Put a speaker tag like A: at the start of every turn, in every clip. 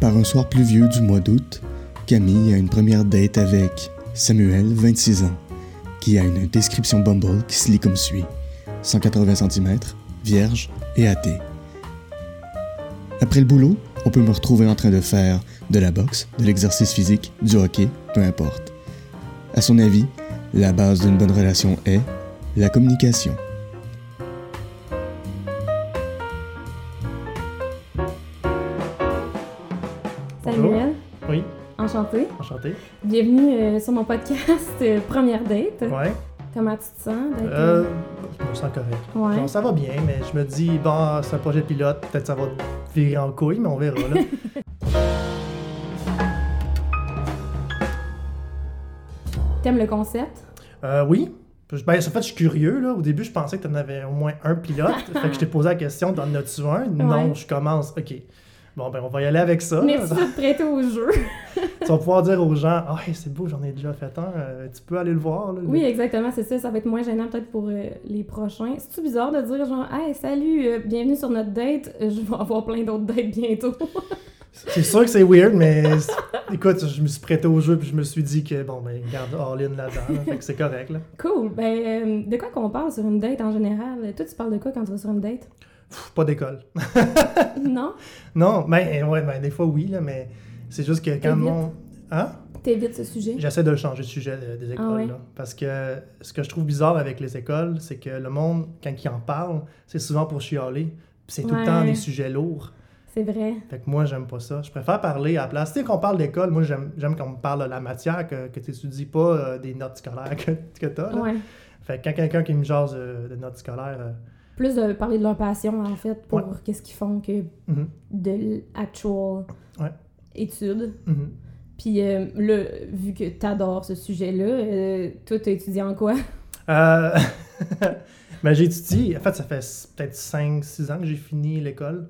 A: par un soir pluvieux du mois d'août, Camille a une première date avec Samuel, 26 ans, qui a une description Bumble qui se lit comme suit 180 cm, vierge et athée. Après le boulot, on peut me retrouver en train de faire de la boxe, de l'exercice physique, du hockey, peu importe. À son avis, la base d'une bonne relation est la communication.
B: Samuel,
C: Oui,
B: enchantée.
C: enchanté.
B: Bienvenue euh, sur mon podcast euh, Première Date.
C: Ouais.
B: Comment tu te sens? d'être,
C: Euh, je me sens correct.
B: Ouais.
C: Genre, ça va bien, mais je me dis, bon, c'est un projet pilote, peut-être ça va virer en couille, mais on verra. Là.
B: T'aimes le concept?
C: Euh, oui. Je- Ben, en fait, je suis curieux. Là. Au début, je pensais que tu en avais au moins un pilote. fait que je t'ai posé la question, t'en as-tu un? Non,
B: Ouais.
C: je commence. OK. Bon, ben, on va y aller avec ça. là.
B: Merci de te prêter au jeu.
C: Tu vas pouvoir dire aux gens, ah, c'est beau, j'en ai déjà fait un. euh, tu peux aller le voir. Là,
B: Oui, exactement, c'est ça. Ça va être moins gênant peut-être pour euh, les prochains. C'est-tu bizarre de dire genre « Hey, salut, euh, bienvenue sur notre date. Euh, Je vais avoir plein d'autres dates bientôt.
C: C'est sûr que c'est weird, mais c'est- écoute, je me suis prêté au jeu puis je me suis dit que, bon, ben, garde all-in là-dedans. là. Fait que c'est correct. Là. »
B: Cool! Ben, euh, de quoi qu'on parle sur une date en général? Toi, tu parles de quoi quand tu vas sur une date?
C: Pff, pas d'école.
B: non?
C: Non, mais ouais, ben, des fois oui, là, mais c'est juste que quand
B: T'évites?
C: mon. Hein?
B: T'évites ce sujet?
C: J'essaie de changer de sujet euh, des écoles.
B: Ah ouais?
C: là, parce que ce que je trouve bizarre avec les écoles, c'est que le monde, quand il en parle, c'est souvent pour chialer. Puis c'est tout le temps
B: Ouais.
C: des sujets lourds.
B: C'est vrai.
C: Fait que moi, j'aime pas ça. Je préfère parler à la place. Tu sais, qu'on parle d'école, moi, j'aime j'aime qu'on me parle de la matière, que, que tu étudies pas euh, des notes scolaires que, que t'as. là.
B: Ouais.
C: Fait que quand quelqu'un qui me jase euh, de notes scolaires, euh,
B: Plus de parler de leur passion, en fait, pour
C: Ouais.
B: qu'est-ce qu'ils font que
C: Mhm.
B: de l'actual
C: Ouais.
B: étude.
C: mhm.
B: Puis euh, là, vu que t'adores ce sujet-là, euh, toi, t'as étudié en quoi?
C: Euh... ben, j'ai étudié, en fait, ça fait s- peut-être 5-6 ans que j'ai fini l'école.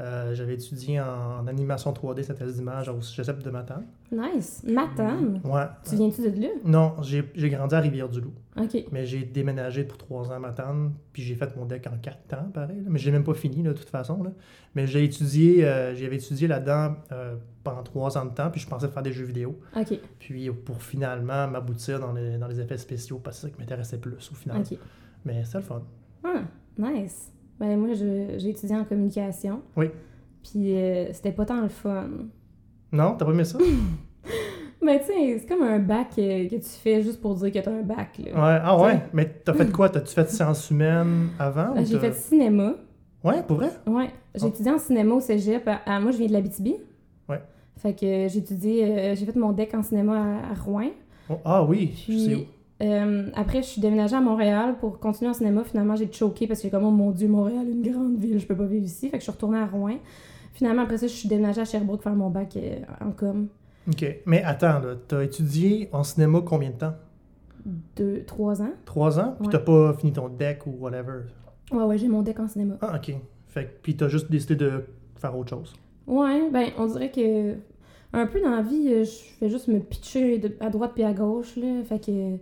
C: Euh, j'avais étudié en, en animation 3D, synthèse d'image au cégep de Matane.
B: Nice! Matane!
C: Ouais.
B: Tu viens-tu de là?
C: Non, j'ai j'ai grandi à Rivière-du-Loup,
B: OK.
C: mais j'ai déménagé pour 3 ans à Matane, puis j'ai fait mon deck en 4 ans, pareil. là. Mais j'ai même pas fini, là, de toute façon. là. Mais j'ai étudié, euh, j'avais étudié là-dedans euh, pendant 3 ans de temps, puis je pensais faire des jeux vidéo.
B: OK.
C: Puis pour finalement m'aboutir dans les, dans les effets spéciaux, parce que c'est ça qui m'intéressait plus au final.
B: OK.
C: Mais c'est le fun.
B: Ah, nice! Ben moi, je- j'ai étudié en communication.
C: Oui.
B: Puis euh, c'était pas tant le fun.
C: Non, t'as pas aimé ça?
B: Mais tu sais, c'est comme un bac euh, que tu fais juste pour dire que t'as un bac, là.
C: Ouais, ah
B: Tu
C: ouais,
B: sais.
C: mais t'as fait quoi? T'as-tu fait sciences humaines avant?
B: Ben,
C: ou
B: J'ai
C: Ah, t'as-
B: fait cinéma.
C: Ouais, pour vrai?
B: Ouais, j'ai
C: Oh.
B: étudié en cinéma au cégep. À, à- moi, je viens de l'Abitibi.
C: Ouais.
B: Fait que euh, j'ai étudié, euh, j'ai fait mon deck en cinéma à, à Rouen.
C: Oh, ah oui, je sais où.
B: Puis euh, après, je suis déménagée à Montréal pour continuer en cinéma. Finalement, j'ai choqué parce que j'ai comme, oh mon Dieu, Montréal, une grande ville, je peux pas vivre ici. Fait que je suis retournée à Rouen. Finalement, après ça, je suis déménagée à Sherbrooke faire mon bac euh, en com.
C: Ok, mais attends, là, t'as étudié en cinéma combien de temps?
B: Deux, trois ans.
C: Trois ans? Puis
B: Ouais.
C: t'as pas fini ton deck ou whatever?
B: Ouais, ouais, j'ai mon deck en cinéma.
C: Ah, ok. Fait que, puis t'as juste décidé de faire autre chose.
B: Ouais, ben, on dirait que. Un peu dans la vie, euh, je fais juste me pitcher de- à droite puis à gauche, là. Fait que.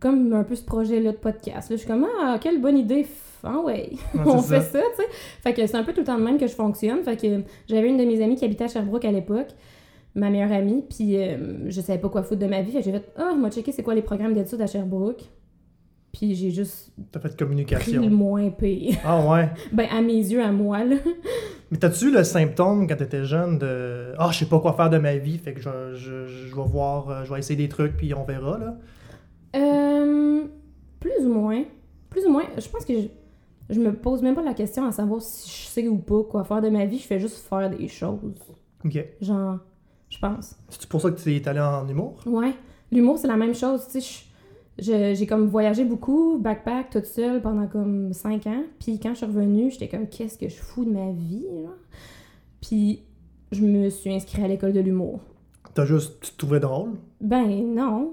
B: Comme un peu ce projet-là de podcast. Là, je suis comme, ah, quelle bonne idée! f- Ah ouais!
C: Ouais,
B: on
C: c'est
B: fait ça, tu sais. Fait que c'est un peu tout le temps de même que je fonctionne. Fait que j'avais une de mes amies qui habitait à Sherbrooke à l'époque, ma meilleure amie, puis euh, je savais pas quoi foutre de ma vie. Fait que j'ai fait, ah, moi, checker c'est quoi les programmes d'études à Sherbrooke. Puis j'ai juste
C: T'as fait
B: pris le
C: communication.
B: moins pire.
C: Ah ouais.
B: ben, à mes yeux, à moi, là.
C: Mais t'as-tu eu le symptôme quand t'étais jeune de Ah, je sais pas quoi faire de ma vie, fait que je, je, je vais voir, euh, je vais essayer des trucs, puis on verra, là?
B: Euh, plus ou moins. Plus ou moins. Je pense que je, je me pose même pas la question à savoir si je sais ou pas quoi faire de ma vie. Je fais juste faire des choses.
C: Ok.
B: Genre, je pense.
C: C'est-tu pour ça que t'es allé en humour?
B: Ouais. L'humour, c'est la même chose. Tu sais, je- je- j'ai comme voyagé beaucoup, backpack, toute seule pendant comme 5 ans. Puis quand je suis revenue, j'étais comme, qu'est-ce que je fous de ma vie, là? Puis je me suis inscrite à l'école de l'humour.
C: T'as juste, tu te trouvais drôle?
B: Ben non.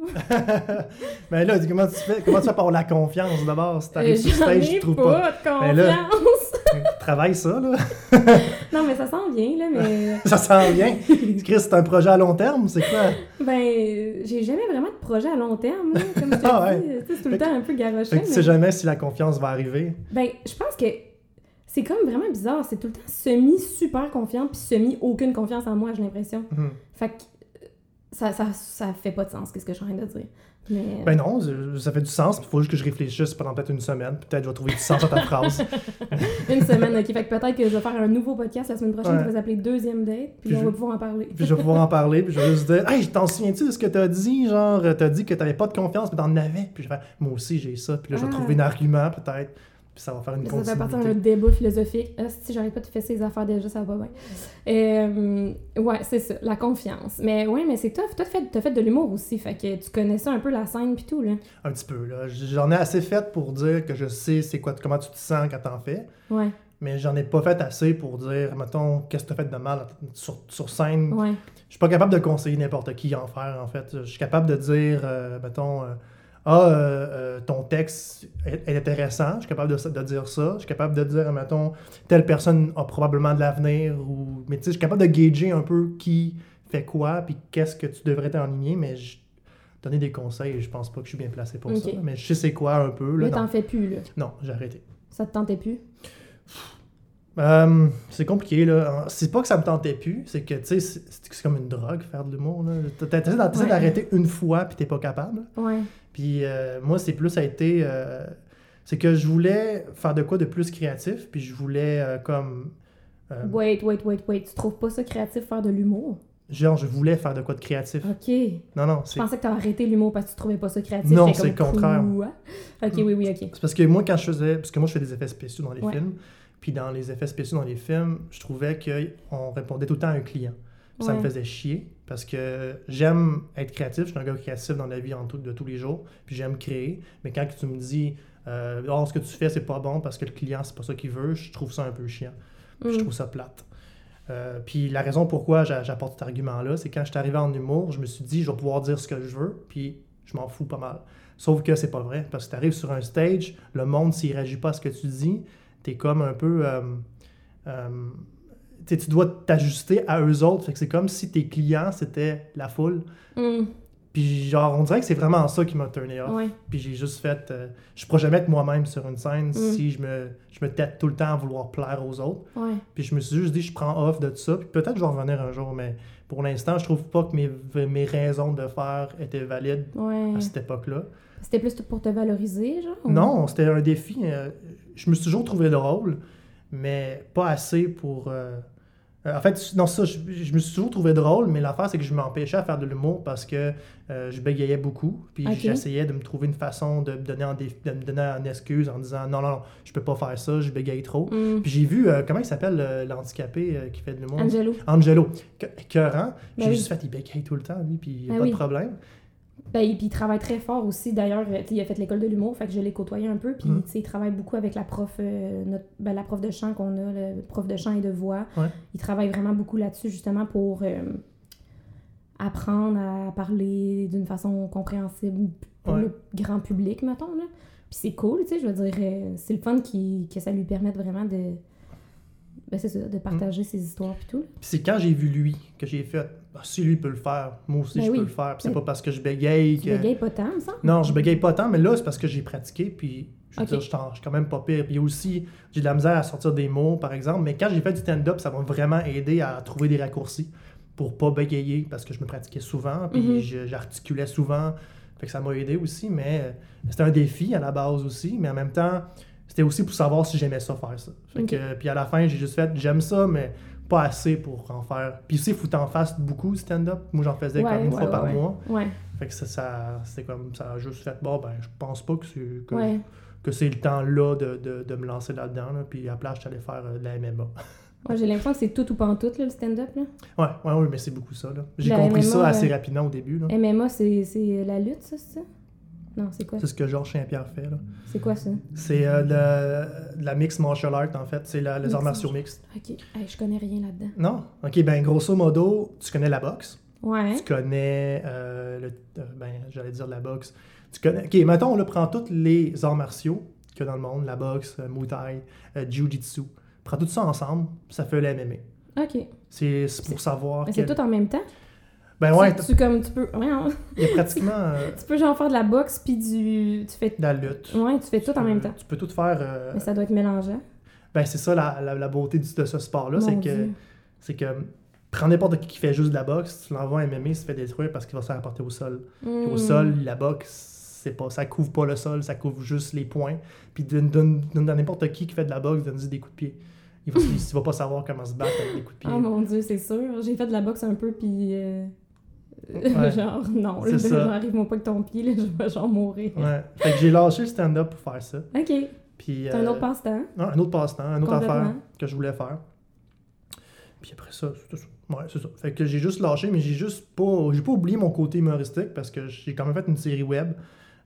C: Mais Ben là, comment tu fais? Comment tu fais pour avoir la confiance d'abord? Si
B: Euh,
C: t'arrives sur
B: J'en
C: stage,
B: ai
C: tu
B: pas,
C: trouves pas.
B: de
C: Ben là-
B: confiance.
C: Travaille ça, là.
B: non, mais ça sent bien, là, mais.
C: Ça sent bien. Chris, c'est un projet à long terme, c'est quoi?
B: Ben, euh, j'ai jamais vraiment de projet à long terme, là, comme je te
C: Ah
B: dis. Tu sais, C'est tout le
C: Fait que-
B: temps un peu garoché.
C: Fait que tu sais jamais si la confiance va arriver.
B: Ben, je pense que C'est comme vraiment bizarre. C'est tout le temps semi-super confiante, puis semi-aucune confiance en moi, j'ai l'impression.
C: Mhm.
B: Fait que euh, ça, ça, ça fait pas de sens, qu'est-ce que je suis en train de dire. Mais,
C: Ben non, c'est- ça fait du sens. Il faut juste que je réfléchisse pendant peut-être une semaine. puis Peut-être je vais trouver du sens à ta phrase.
B: Une semaine, ok. Fait que peut-être que je vais faire un nouveau podcast la semaine prochaine
C: Ben Ouais.
B: qui va s'appeler Deuxième Date, puis,
C: Puis
B: on
C: je-
B: va pouvoir en parler.
C: Puis je vais pouvoir en parler. Puis je vais juste dire Hey, t'en souviens-tu de ce que t'as dit Genre, t'as dit que t'avais pas de confiance, mais t'en avais. Puis je vais faire Moi aussi, j'ai ça. Puis là, je vais
B: Ah.
C: trouver un argument, peut-être. Puis ça va faire une
B: Ça fait partie d'un
C: continuité.
B: débat philosophique. Ah, si j'arrive pas de fesser les affaires déjà, ça va pas bien. Euh, ouais, c'est ça, la confiance. Mais ouais, mais c'est tough. Toi, t'as fait, t'as fait de l'humour aussi, fait que tu connaissais un peu la scène puis tout, là.
C: Un petit peu. là. J'en ai assez fait pour dire que je sais c'est quoi, comment tu te sens quand t'en fais.
B: Ouais,
C: Mais j'en ai pas fait assez pour dire, mettons, qu'est-ce que t'as fait de mal sur, sur scène.
B: ouais.
C: Je suis pas capable de conseiller n'importe qui à en faire, en fait. Je suis capable de dire, euh, mettons, euh, ah, euh, euh, ton texte est, est intéressant. Je suis capable de, de dire ça. Je suis capable de dire, mettons, telle personne a probablement de l'avenir. Ou... Mais tu sais, je suis capable de gager un peu qui fait quoi, puis qu'est-ce que tu devrais t'enligner. Mais je- donner des conseils, je pense pas que je suis bien placé pour
B: Ok.
C: ça. Mais je sais c'est quoi un peu. Là,
B: Là,
C: dans-
B: t'en fais plus, là.
C: Non, j'ai arrêté.
B: Ça te tentait plus.
C: Euh, c'est compliqué, là. C'est pas que ça me tentait plus, c'est que, tu sais, c'est c'est comme une drogue, faire de l'humour, là. T'as- T'essaies d'en- t'essaies
B: Ouais.
C: d'arrêter une fois, puis t'es pas capable.
B: Ouais,
C: Puis euh, moi, c'est plus, ça a été... euh, c'est que je voulais faire de quoi de plus créatif, puis je voulais, euh, comme... euh,
B: wait, wait, wait, wait. Tu trouves pas ça créatif faire de l'humour?
C: Genre, je voulais faire de quoi de créatif.
B: Ok. Je
C: Non, non, c'est...
B: pensais que t'as arrêté l'humour parce que tu trouvais pas ça créatif.
C: Non,
B: J'étais
C: c'est
B: comme,
C: le contraire.
B: quoi? Ok, oui, oui, ok.
C: C'est parce que moi, quand je faisais... Parce que moi, je fais des effets spéciaux dans les
B: Ouais.
C: films, puis dans les effets spéciaux dans les films, je trouvais qu'on répondait tout le temps à un client. Puis Ça me
B: Ouais.
C: faisait chier parce que j'aime être créatif. Je suis un gars créatif dans la vie en tout- de tous les jours. Puis j'aime créer. Mais quand tu me dis, euh, oh, ce que tu fais, c'est pas bon parce que le client, c'est pas ça qu'il veut, je trouve ça un peu chiant. Puis Je
B: Mm.
C: trouve ça plate. Euh, puis la raison pourquoi j'a- j'apporte cet argument-là, c'est quand je suis arrivé en humour, je me suis dit, je vais pouvoir dire ce que je veux, puis je m'en fous pas mal. Sauf que c'est pas vrai, parce que tu arrives sur un stage, le monde, s'il réagit pas à ce que tu dis, t'es comme un peu. euh, euh, tu sais, tu dois t'ajuster à eux autres. Fait que c'est comme si tes clients, c'était la foule.
B: Mm.
C: Puis genre, on dirait que c'est vraiment ça qui m'a turné off.
B: Ouais.
C: Puis j'ai juste fait. euh, je pourrais jamais être moi-même sur une scène
B: Mm.
C: si je me, je me tête tout le temps à vouloir plaire aux autres.
B: Ouais.
C: Puis je me suis juste dit, je prends off de tout ça. Puis peut-être je vais revenir un jour, mais pour l'instant, je trouve pas que mes, mes raisons de faire étaient valides
B: Ouais.
C: à cette époque-là.
B: C'était plus pour te valoriser, genre? ou-
C: Ah, Non, c'était un défi. euh, Je me suis toujours trouvé drôle, mais pas assez pour. euh, euh, En fait, non, ça, je, je me suis toujours trouvé drôle, mais l'affaire, c'est que je m'empêchais à faire de l'humour parce que euh, je bégayais beaucoup. Puis
B: Ok.
C: j'essayais de me trouver une façon de me donner en, défi- de me donner en excuse en disant non, non, non, je peux pas faire ça, je bégaye trop.
B: Mm.
C: Puis j'ai vu, euh, comment il s'appelle euh, l'handicapé euh, qui fait de l'humour
B: Angelo.
C: Angelo. Que- Écœurant.
B: Ben
C: j'ai
B: oui.
C: juste fait, il bégaye tout le temps, lui, puis il a
B: Ben
C: pas
B: oui.
C: de problème.
B: Ben, et puis il travaille très fort aussi. D'ailleurs, euh, tu sais, il a fait l'école de l'humour, fait que je l'ai côtoyé un peu. Puis
C: Mhm.
B: tu sais, il travaille beaucoup avec la prof, euh, notre- ben, la prof de chant qu'on a, le prof de chant et de voix.
C: Ouais.
B: Il travaille vraiment beaucoup là-dessus justement pour euh, apprendre à parler d'une façon compréhensible pour
C: Ouais.
B: le grand public, mettons. Là. Puis c'est cool, tu sais, je veux dire, euh, c'est le fun qui, que ça lui permette vraiment de, ben, c'est ça, de
C: Mm.
B: partager ses histoires et tout.
C: Puis c'est quand j'ai vu lui que j'ai fait Ah, si lui peut le faire, moi aussi
B: Ben
C: je
B: oui.
C: peux le faire. Puis c'est
B: Ben-
C: pas parce que je bégaye
B: Tu
C: que.
B: bégayes pas tant, ça?
C: Non, je bégaye pas tant, mais là c'est parce que j'ai pratiqué, puis je veux
B: Ok.
C: dire, je t'en- je suis quand même pas pire. Puis aussi, j'ai de la misère à sortir des mots, par exemple, mais quand j'ai fait du stand-up, ça m'a vraiment aidé à trouver des raccourcis pour pas bégayer parce que je me pratiquais souvent, puis
B: Mhm.
C: je- j'articulais souvent. Fait que ça m'a aidé aussi, mais euh, c'était un défi à la base aussi, mais en même temps, c'était aussi pour savoir si j'aimais ça faire ça. Fait
B: Ok.
C: que, euh, puis à la fin, j'ai juste fait j'aime ça, mais pas assez pour en faire. Puis aussi, il faut que t'en fasses beaucoup de stand-up. Moi, j'en faisais
B: Ouais,
C: comme une
B: ouais,
C: fois par
B: ouais.
C: mois.
B: Ouais,
C: Fait que ça, ça c'est comme ça a juste fait bon, ben, je pense pas que c'est que,
B: ouais.
C: que c'est le temps là de, de, de me lancer là-dedans. là. Puis à la place, j'allais faire euh, de la MMA.
B: Moi, j'ai l'impression que c'est tout ou pas en tout, là, le stand-up. Là.
C: Ouais, ouais, ouais, mais c'est beaucoup ça. là. J'ai
B: La
C: compris
B: MMA,
C: ça assez
B: euh,
C: rapidement au début. là.
B: MMA, c'est c'est la lutte, ça, c'est ça? Non, c'est quoi?
C: C'est ce que Georges Saint-Pierre fait. là.
B: C'est quoi ça?
C: C'est euh, de, de la mixed martial art, en fait. C'est la- les arts
B: Mixed
C: martiaux mixtes.
B: Ok, Hey, je connais rien là-dedans.
C: Non? OK, ben grosso modo, tu connais la boxe.
B: Ouais.
C: Tu connais, euh, le- euh, ben, j'allais dire la boxe. Tu connais, ok, mettons, on le prend tous les arts martiaux qu'il y a dans le monde, la boxe, euh, Muay Thai, euh, Jiu-Jitsu. Prends tout ça ensemble, ça fait le MMA.
B: Ok.
C: C'est c'est pour savoir.
B: Mais c'est
C: quel-
B: tout en même temps?
C: Ben ouais,
B: Tu, tu comme, tu peux... ouais, hein?
C: il y a pratiquement euh,
B: tu peux genre faire de la boxe, puis du... Tu fais...
C: de la lutte.
B: Ouais, tu fais tout en même
C: Tu peux-
B: temps.
C: Tu peux tout faire. euh,
B: Mais ça doit être mélangeant.
C: Ben, c'est ça la, la- la beauté du- de ce sport-là,
B: Mon
C: c'est que,
B: Dieu.
C: c'est que prends n'importe qui qui fait juste de la boxe, tu l'envoies à MMA, il se fait détruire parce qu'il va se faire apporter au sol. Puis
B: Mm.
C: Au sol, la boxe, c'est pas, ça couvre pas le sol, ça couvre juste les points. Puis donne, donne, donne à n'importe qui qui fait de la boxe, donne-lui des coups de pied. Il va, il va pas savoir comment se battre avec des coups de pied.
B: Ah mon dieu, c'est sûr. J'ai fait de la boxe un peu, puis. euh,
C: Ouais.
B: genre, non,
C: C'est ça.
B: j'arrive-moi pas avec ton pied, là, je vais genre mourir.
C: Ouais. Fait que j'ai lâché le stand-up pour faire ça.
B: Ok, c'est
C: Puis,
B: un
C: euh,
B: autre passe-temps.
C: non, un autre passe-temps, une autre
B: Complètement.
C: affaire que je voulais faire. Puis après ça, c'est ça. Ouais, c'est ça. Fait que j'ai juste lâché, mais j'ai juste pas. J'ai pas oublié mon côté humoristique parce que j'ai quand même fait une série web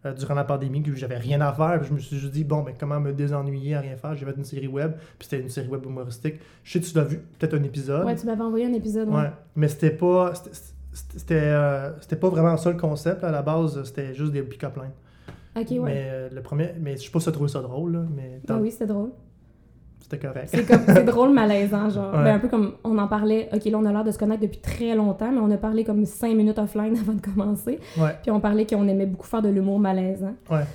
C: euh, durant la pandémie que j'avais rien à faire. Puis je me suis juste dit, bon, mais comment me désennuyer à rien faire? J'ai fait une série web, puis c'était une série web humoristique. Je sais que tu l'as vu, peut-être un épisode.
B: Ouais, tu m'avais envoyé un épisode. ouais.
C: Ouais, mais c'était pas. c'était- C'était c'était, euh, c'était pas vraiment ça le concept. À la base, c'était juste des pick-up lines.
B: Ok, ouais.
C: Mais euh, le premier. Mais je sais pas si tu as trouvé ça drôle, là, mais
B: Ben oui, c'était drôle.
C: c'était correct.
B: C'est comme, c'est drôle, malaisant, genre.
C: Ouais.
B: Ben, un peu comme on en parlait, ok, là, on a l'air de se connaître depuis très longtemps, mais on a parlé comme cinq minutes offline avant de commencer.
C: Ouais.
B: Puis on parlait qu'on aimait beaucoup faire de l'humour malaisant.
C: Ouais.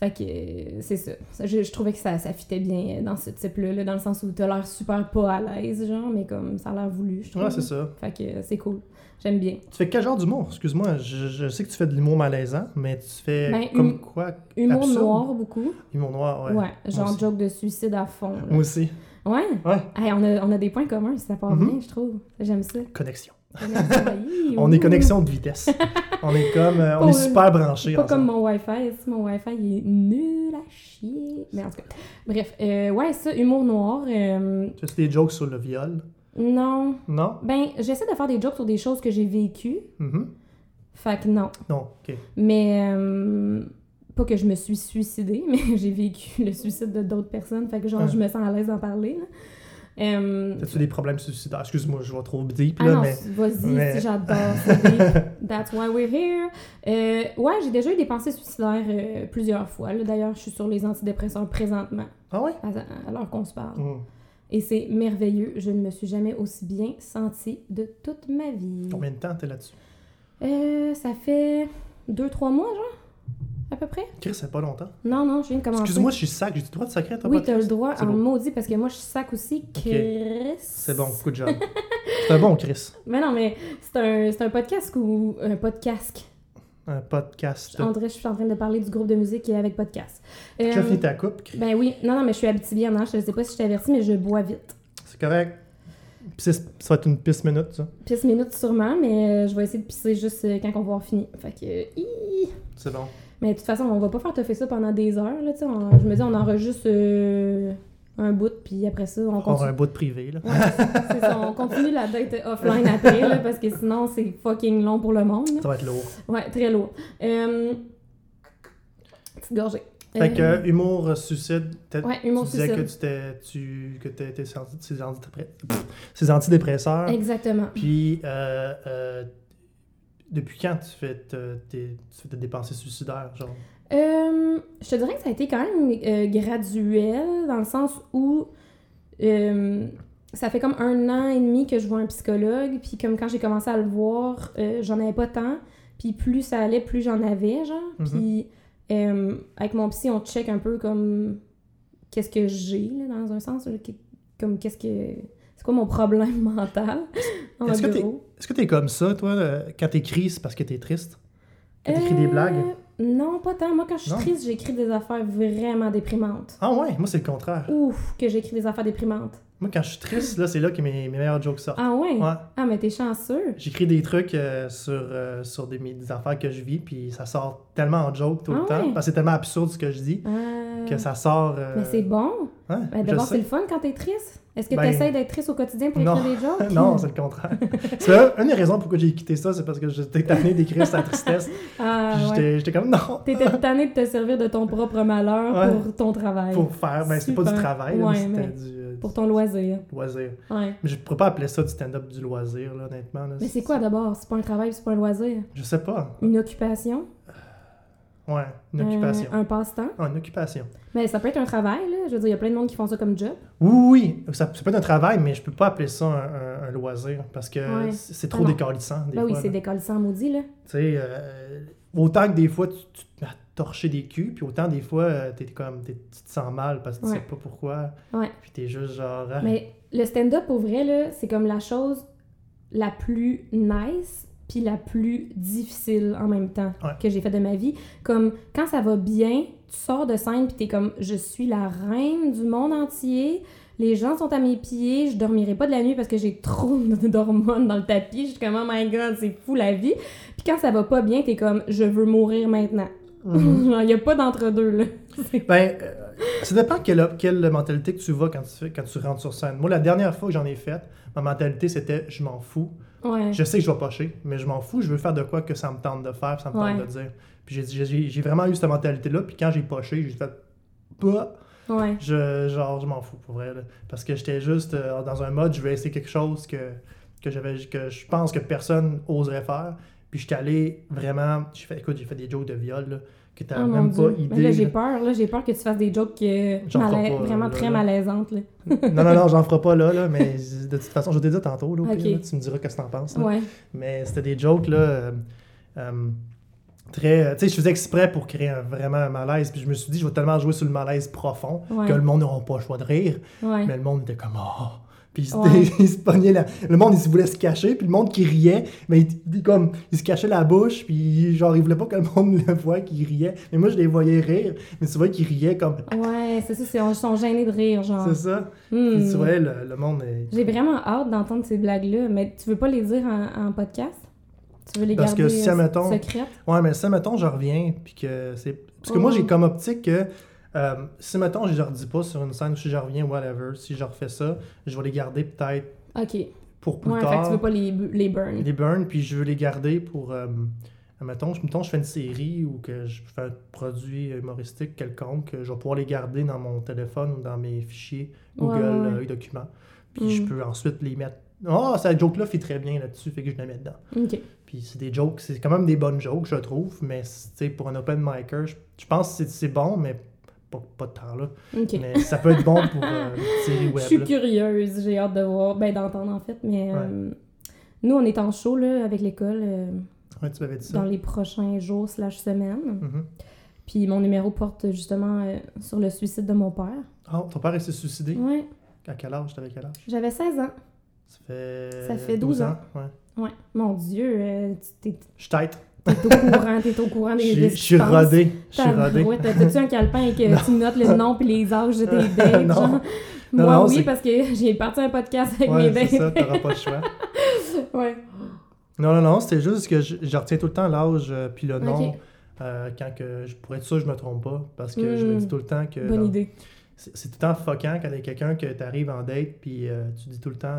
B: Fait que euh, c'est ça. Ça, Je, je trouvais que ça, ça fitait bien euh, dans ce type-là, là, dans le sens où t'as l'air super pas à l'aise, genre, mais comme ça a l'air voulu, je trouve.
C: Ouais, c'est ça.
B: Fait que euh, c'est cool. J'aime bien.
C: Tu fais quel genre d'humour? Excuse-moi, je, je sais que tu fais de l'humour malaisant, mais tu fais
B: Ben,
C: comme
B: hum-
C: quoi?
B: Humour
C: Absurde.
B: noir, beaucoup.
C: Humour noir, ouais.
B: Ouais, genre
C: aussi.
B: joke de suicide à fond. là.
C: Moi aussi.
B: Ouais.
C: Ouais.
B: Hey, on, a, on a des points communs, ça part
C: Mhm.
B: bien, je trouve. J'aime ça.
C: Connexion.
B: Hi,
C: On est
B: ouh.
C: connexion de vitesse. on est comme, euh, on
B: Pas-
C: est super branchés
B: Pas comme
C: ensemble.
B: mon Wi-Fi. si Mon Wi-Fi il est nul à chier. Mais en tout cas, bref. euh, ouais, ça, humour noir. euh,
C: Tu fais des jokes sur le viol?
B: non.
C: Non?
B: Ben, j'essaie de faire des jokes sur des choses que j'ai vécues.
C: Mhm.
B: Fait que non.
C: Non, ok.
B: Mais euh, pas que je me suis suicidée, mais j'ai vécu le suicide de d'autres personnes. Fait que genre,
C: Ah.
B: je me sens à l'aise d'en parler. là. Euh,
C: T'as-tu des problèmes suicidaires? Excuse-moi, je vais trop deep,
B: ah
C: là,
B: non,
C: mais...
B: vas-y,
C: mais-
B: si j'adore. c'est deep. That's why we're here. Euh, ouais, j'ai déjà eu des pensées suicidaires euh, plusieurs fois. là. D'ailleurs, je suis sur les antidépresseurs présentement.
C: Ah ouais?
B: à, à l'heure qu'on se parle.
C: Hum.
B: Et c'est merveilleux. Je ne me suis jamais aussi bien sentie de toute ma vie.
C: Combien de temps t'es là-dessus?
B: Euh, ça fait deux, trois mois, genre, à peu près.
C: Chris, c'est pas longtemps.
B: Non, non, je viens de commencer.
C: Excuse-moi, je suis sac. J'ai du droit de sacrer, t'as
B: Oui,
C: pas
B: t'as le droit
C: C'est
B: en
C: bon.
B: maudit parce que moi, je sac aussi. Chris.
C: C'est bon, coup de job. c'est un bon Chris.
B: Mais non, mais c'est un, c'est un podcast ou un podcast.
C: Un podcast.
B: En vrai, je suis en train de parler du groupe de musique qui est avec podcast. Euh,
C: Tu as fini ta coupe, Chris.
B: ben oui, non, non, mais je suis habituée, non, je ne sais pas si je t'avertis, mais je bois vite.
C: C'est correct. Puis c'est- ça va être une piste minute, ça.
B: Pisse minute sûrement, mais euh, je vais essayer de pisser juste euh, quand on va avoir fini. Fait que. euh, hi.
C: C'est bon.
B: Mais de toute façon, on va pas faire te faire ça pendant des heures, là, tu sais. On- Je me dis, on enregistre euh, un bout, puis après ça, on
C: On aura un
B: continue.
C: bout de privé, là.
B: C'est ça, on continue la date offline après, là, parce que sinon, c'est fucking long pour le monde. là.
C: Ça va être lourd.
B: Ouais, très lourd. Euh, Petite gorgée.
C: Fait que
B: Euh,
C: euh, humour euh, suicide, t'as-
B: Ouais, humour
C: tu disais
B: suicide.
C: que tu t'es tu que t'as été sorti de ces, antidépre- pff, ces antidépresseurs.
B: Exactement.
C: Puis euh, euh, depuis quand tu fais te- tes, tu fais tes dépensées suicidaires, genre?
B: Euh, je te dirais que ça a été quand même euh, graduel, dans le sens où euh, ça fait comme un an et demi que je vois un psychologue, puis comme quand j'ai commencé à le voir, euh, j'en avais pas tant, puis plus ça allait, plus j'en avais, genre.
C: Mhm.
B: Puis euh, avec mon psy, on check un peu comme qu'est-ce que j'ai, là, dans un sens, là, qu- comme qu'est-ce que. C'est quoi mon problème mental? en
C: Est-ce que t'es-
B: gros.
C: Est-ce que t'es comme ça, toi, euh, quand t'écris, c'est parce que t'es triste? Quand t'écris des
B: Euh,
C: blagues?
B: Non, pas tant. Moi, quand je suis
C: Non?
B: triste, j'écris des affaires vraiment déprimantes.
C: Ah ouais, moi c'est le contraire.
B: Ouf, que j'écris des affaires déprimantes.
C: Moi quand je suis triste, là, c'est là que mes, mes meilleurs jokes sortent.
B: Ah ouais?
C: Ouais.
B: Ah, mais t'es chanceux.
C: J'écris des trucs euh, sur, euh, sur des, mes- des affaires que je vis, puis ça sort tellement en joke tout le
B: Ah
C: temps.
B: ouais?
C: Parce que c'est tellement absurde ce que je dis
B: Ah.
C: que ça sort. euh,
B: Mais c'est bon.
C: hein,
B: Ben,
C: je
B: D'abord,
C: sais.
B: c'est le fun quand t'es triste. Est-ce que
C: Ben,
B: t'essayes d'être triste au quotidien pour
C: non.
B: écrire des jokes?
C: Non, c'est le contraire. c'est un- une des raisons pourquoi j'ai quitté ça, c'est parce que j'étais tanné d'écrire sa tristesse. puis
B: Ah, ouais.
C: j'étais j'étais comme non,
B: T'étais tanné de te servir de ton propre malheur
C: Ouais.
B: pour ton travail.
C: pour faire. Ben, c'était pas du
B: Super.
C: travail, là,
B: Ouais,
C: mais c'était
B: mais
C: du, euh,
B: Pour ton loisir.
C: du loisir.
B: Ouais.
C: Mais je pourrais pas appeler ça du stand-up du loisir, là, honnêtement. là.
B: Mais c'est quoi d'abord? C'est pas un travail, c'est pas un loisir.
C: Je sais pas.
B: Une occupation?
C: Ouais, une
B: Euh,
C: occupation.
B: un passe-temps?
C: Ah, une occupation.
B: Mais ça peut être un travail, là. Je veux dire, il y a plein de monde qui font ça comme job.
C: Oui, oui, ça, ça peut être un travail, mais je peux pas appeler ça un, un- un loisir parce que
B: Ouais.
C: c'est c'est
B: Ah
C: trop
B: non.
C: décalissant. Des
B: Ben oui,
C: fois,
B: c'est
C: là.
B: décollissant maudit, là.
C: Tu sais, euh, autant que des fois, tu, tu- ah, t'as- torcher des culs, puis autant des fois, euh, t'es comme, t'es- tu te sens mal parce que tu
B: Ouais.
C: sais pas pourquoi.
B: Ouais.
C: Puis t'es juste genre. ah,
B: Mais le stand-up, pour vrai, là, c'est comme la chose la plus nice puis la plus difficile en même temps
C: Ouais.
B: que j'ai fait de ma vie. Comme quand ça va bien, tu sors de scène puis t'es comme je suis la reine du monde entier. Les gens sont à mes pieds, je dormirai pas de la nuit parce que j'ai trop d'hormones dans le tapis. Je suis comme oh my god, c'est fou la vie. Puis quand ça va pas bien, t'es comme je veux mourir maintenant.
C: mhm.
B: Genre, y a pas d'entre-deux là.
C: ben, euh, ça dépend quelle, quelle mentalité que tu vas quand tu, fais- quand tu rentres sur scène. Moi, la dernière fois que j'en ai fait, ma mentalité c'était je m'en fous.
B: Ouais.
C: Je sais que je vais pocher, mais je m'en fous. Je veux faire de quoi que ça me tente de faire, ça me tente
B: Ouais.
C: de dire. Puis j'ai- j'ai- j'ai j'ai vraiment eu cette mentalité-là. Puis quand j'ai poché, j'ai fait. Bah,
B: Ouais.
C: je, genre, je m'en fous pour vrai. là. Parce que j'étais juste euh, dans un mode, je vais essayer quelque chose que, que, j'avais, que je pense que personne oserait faire. Puis j'étais allé vraiment. J'ai fait, écoute, j'ai fait des jokes de viol là, que t'as
B: Oh mon
C: même pas
B: dieu. Mais là,
C: idée.
B: j'ai
C: là.
B: peur. Là, j'ai peur que tu fasses des jokes euh,
C: J'en ferai
B: malais-
C: pas, euh,
B: vraiment
C: là,
B: très
C: là.
B: malaisantes. Là.
C: non, non, non, j'en ferai pas là, là, mais de toute façon, je t'ai dit tantôt. Là, au
B: Ok.
C: pire, là, tu me diras qu'est-ce que t'en penses. là.
B: Ouais.
C: Mais c'était des jokes, là. euh, euh, très. euh, Tu sais, je faisais exprès pour créer un- vraiment un malaise. Puis je me suis dit, je vais tellement jouer sur le malaise profond
B: Ouais.
C: que le monde n'aura pas le choix de rire.
B: Ouais.
C: Mais le monde était comme. Oh. Puis il se-
B: Ouais.
C: il se pognait la- Le monde, il se voulait se cacher. Puis le monde qui riait, mais il, il- comme, il se cachait la bouche. Puis genre, il voulait pas que le monde le voie qu'il riait. Mais moi, je les voyais rire. Mais tu vois qu'ils riaient comme.
B: Ouais, c'est ça. c'est- Ils sont gênés de rire, genre.
C: C'est ça.
B: Hmm.
C: Puis tu vois, le, le monde. est-
B: J'ai vraiment hâte d'entendre ces blagues-là, mais tu veux pas les dire en, en podcast? Tu veux les
C: Parce
B: garder
C: que si,
B: euh,
C: admettons-
B: secrètes?
C: Ouais, mais ça, mettons, je reviens, puis que c'est... Parce que
B: Ouais.
C: moi, j'ai comme optique que... euh, si, mettons, je leur dis pas sur une scène, si je reviens, whatever, si je refais ça, je vais les garder peut-être
B: OK.
C: pour plus
B: Ouais, fait que
C: tard,
B: tu veux pas les, bu- les burn.
C: les burns, puis je veux les garder pour... euh, mettons, je- mettons, je fais une série ou que je fais un produit humoristique quelconque, je vais pouvoir les garder dans mon téléphone ou dans mes fichiers Google
B: Ouais, ouais, ouais.
C: euh, documents. Puis je
B: Mm.
C: peux ensuite les mettre... Ah, cette joke-là fit très bien là-dessus, fait que je la mets dedans.
B: OK.
C: Puis c'est des jokes, c'est quand même des bonnes jokes, je trouve, mais c'est- tu sais, pour un open micer, je, je pense que c'est- c'est bon, mais pas, pas de temps là.
B: OK.
C: Mais ça peut être bon pour euh, une série
B: Je
C: web.
B: suis
C: là.
B: curieuse, j'ai hâte de voir, ben d'entendre en fait, mais euh, nous on est en show là, avec l'école euh,
C: Ouais, tu m'avais dit ça.
B: dans les prochains jours slash semaines.
C: Mhm.
B: Puis mon numéro porte justement euh, sur le suicide de mon père.
C: Ah, ton père il s'est suicidé.
B: Ouais,
C: À quel âge T'avais quel âge
B: j'avais 16 ans.
C: Ça fait,
B: Ça fait 12 ans.
C: Ouais.
B: Ouais. Mon Dieu, euh, tu- t'es
C: Je tête.
B: t'es au courant, t'es au courant
C: Je
B: des
C: suis-
B: des
C: je suis
B: substances.
C: rodé. Je suis
B: T'as-
C: rodé.
B: ouais, t'as- T'as-tu un calepin et que tu notes le nom puis les âges de tes dates?
C: Non.
B: genre?
C: Non,
B: Moi,
C: non,
B: oui,
C: c'est-
B: parce que j'ai parti un podcast avec mes
C: Ouais, c'est ça,
B: dates.
C: t'auras pas le choix.
B: ouais.
C: Non, non, non, c'était juste que je, je retiens tout le temps l'âge euh, puis le nom.
B: Ok.
C: euh, quand que je pourrais être sûr, que je me trompe pas. Parce que je
B: Mm.
C: me dis tout le temps que.
B: Bonne
C: dans-
B: idée.
C: C'est c'est tout le temps foquant quand il y a quelqu'un que tu arrives en date, puis euh, tu dis tout le temps,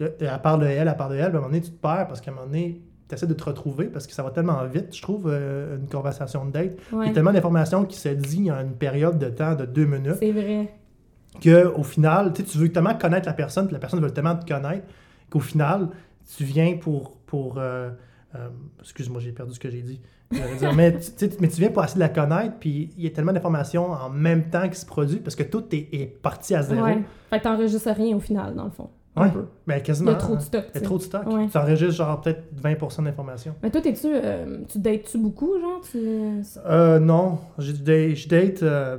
C: euh, là, à part de elle, à part de elle, puis à un moment donné, tu te perds parce qu'à un moment donné, tu essaies de te retrouver parce que ça va tellement vite, je trouve, euh, une conversation de date. Il y
B: Ouais.
C: a tellement d'informations qui se disent en une période de temps de deux minutes
B: C'est vrai.
C: qu'au final, tu sais, tu veux tellement connaître la personne, puis la personne veut tellement te connaître qu'au final, tu viens pour. pour euh, euh, Excuse-moi, j'ai perdu ce que j'ai dit. J'allais dire, mais, tu, tu sais, mais tu viens pour essayer de la connaître, puis il y a tellement d'informations en même temps qui se produisent parce que tout est, est parti à zéro.
B: Ouais. Fait que t'enregistres rien au final, dans le fond.
C: Ouais,
B: Un peu.
C: Mais
B: Il y
C: quasiment.
B: a trop de
C: hein.
B: stock.
C: Il y a
B: tu sais.
C: trop de stock.
B: Ouais.
C: Tu enregistres genre peut-être 20% d'informations.
B: Mais toi, t'es-tu. euh, tu dates-tu beaucoup, genre? Tu...
C: Euh, non, je date, je date euh,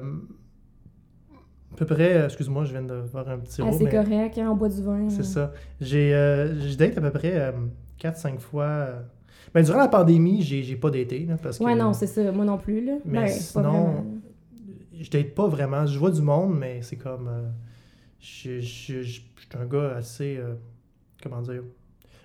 C: à peu près, euh, excuse-moi, je viens de voir un petit
B: Ah,
C: roux,
B: c'est
C: mais
B: correct, hein, on boit du vin.
C: c'est
B: euh.
C: ça. J'ai, euh, je date à peu près 4-5 fois. euh. Ben, durant la pandémie, j'ai, j'ai pas daté, là, parce
B: Ouais,
C: que
B: non, c'est ça. Moi non plus, là.
C: Mais
B: Ben,
C: sinon,
B: pas vraiment.
C: je date pas vraiment. Je vois du monde, mais c'est comme, euh, je, je- je- je suis un gars assez, euh, comment dire...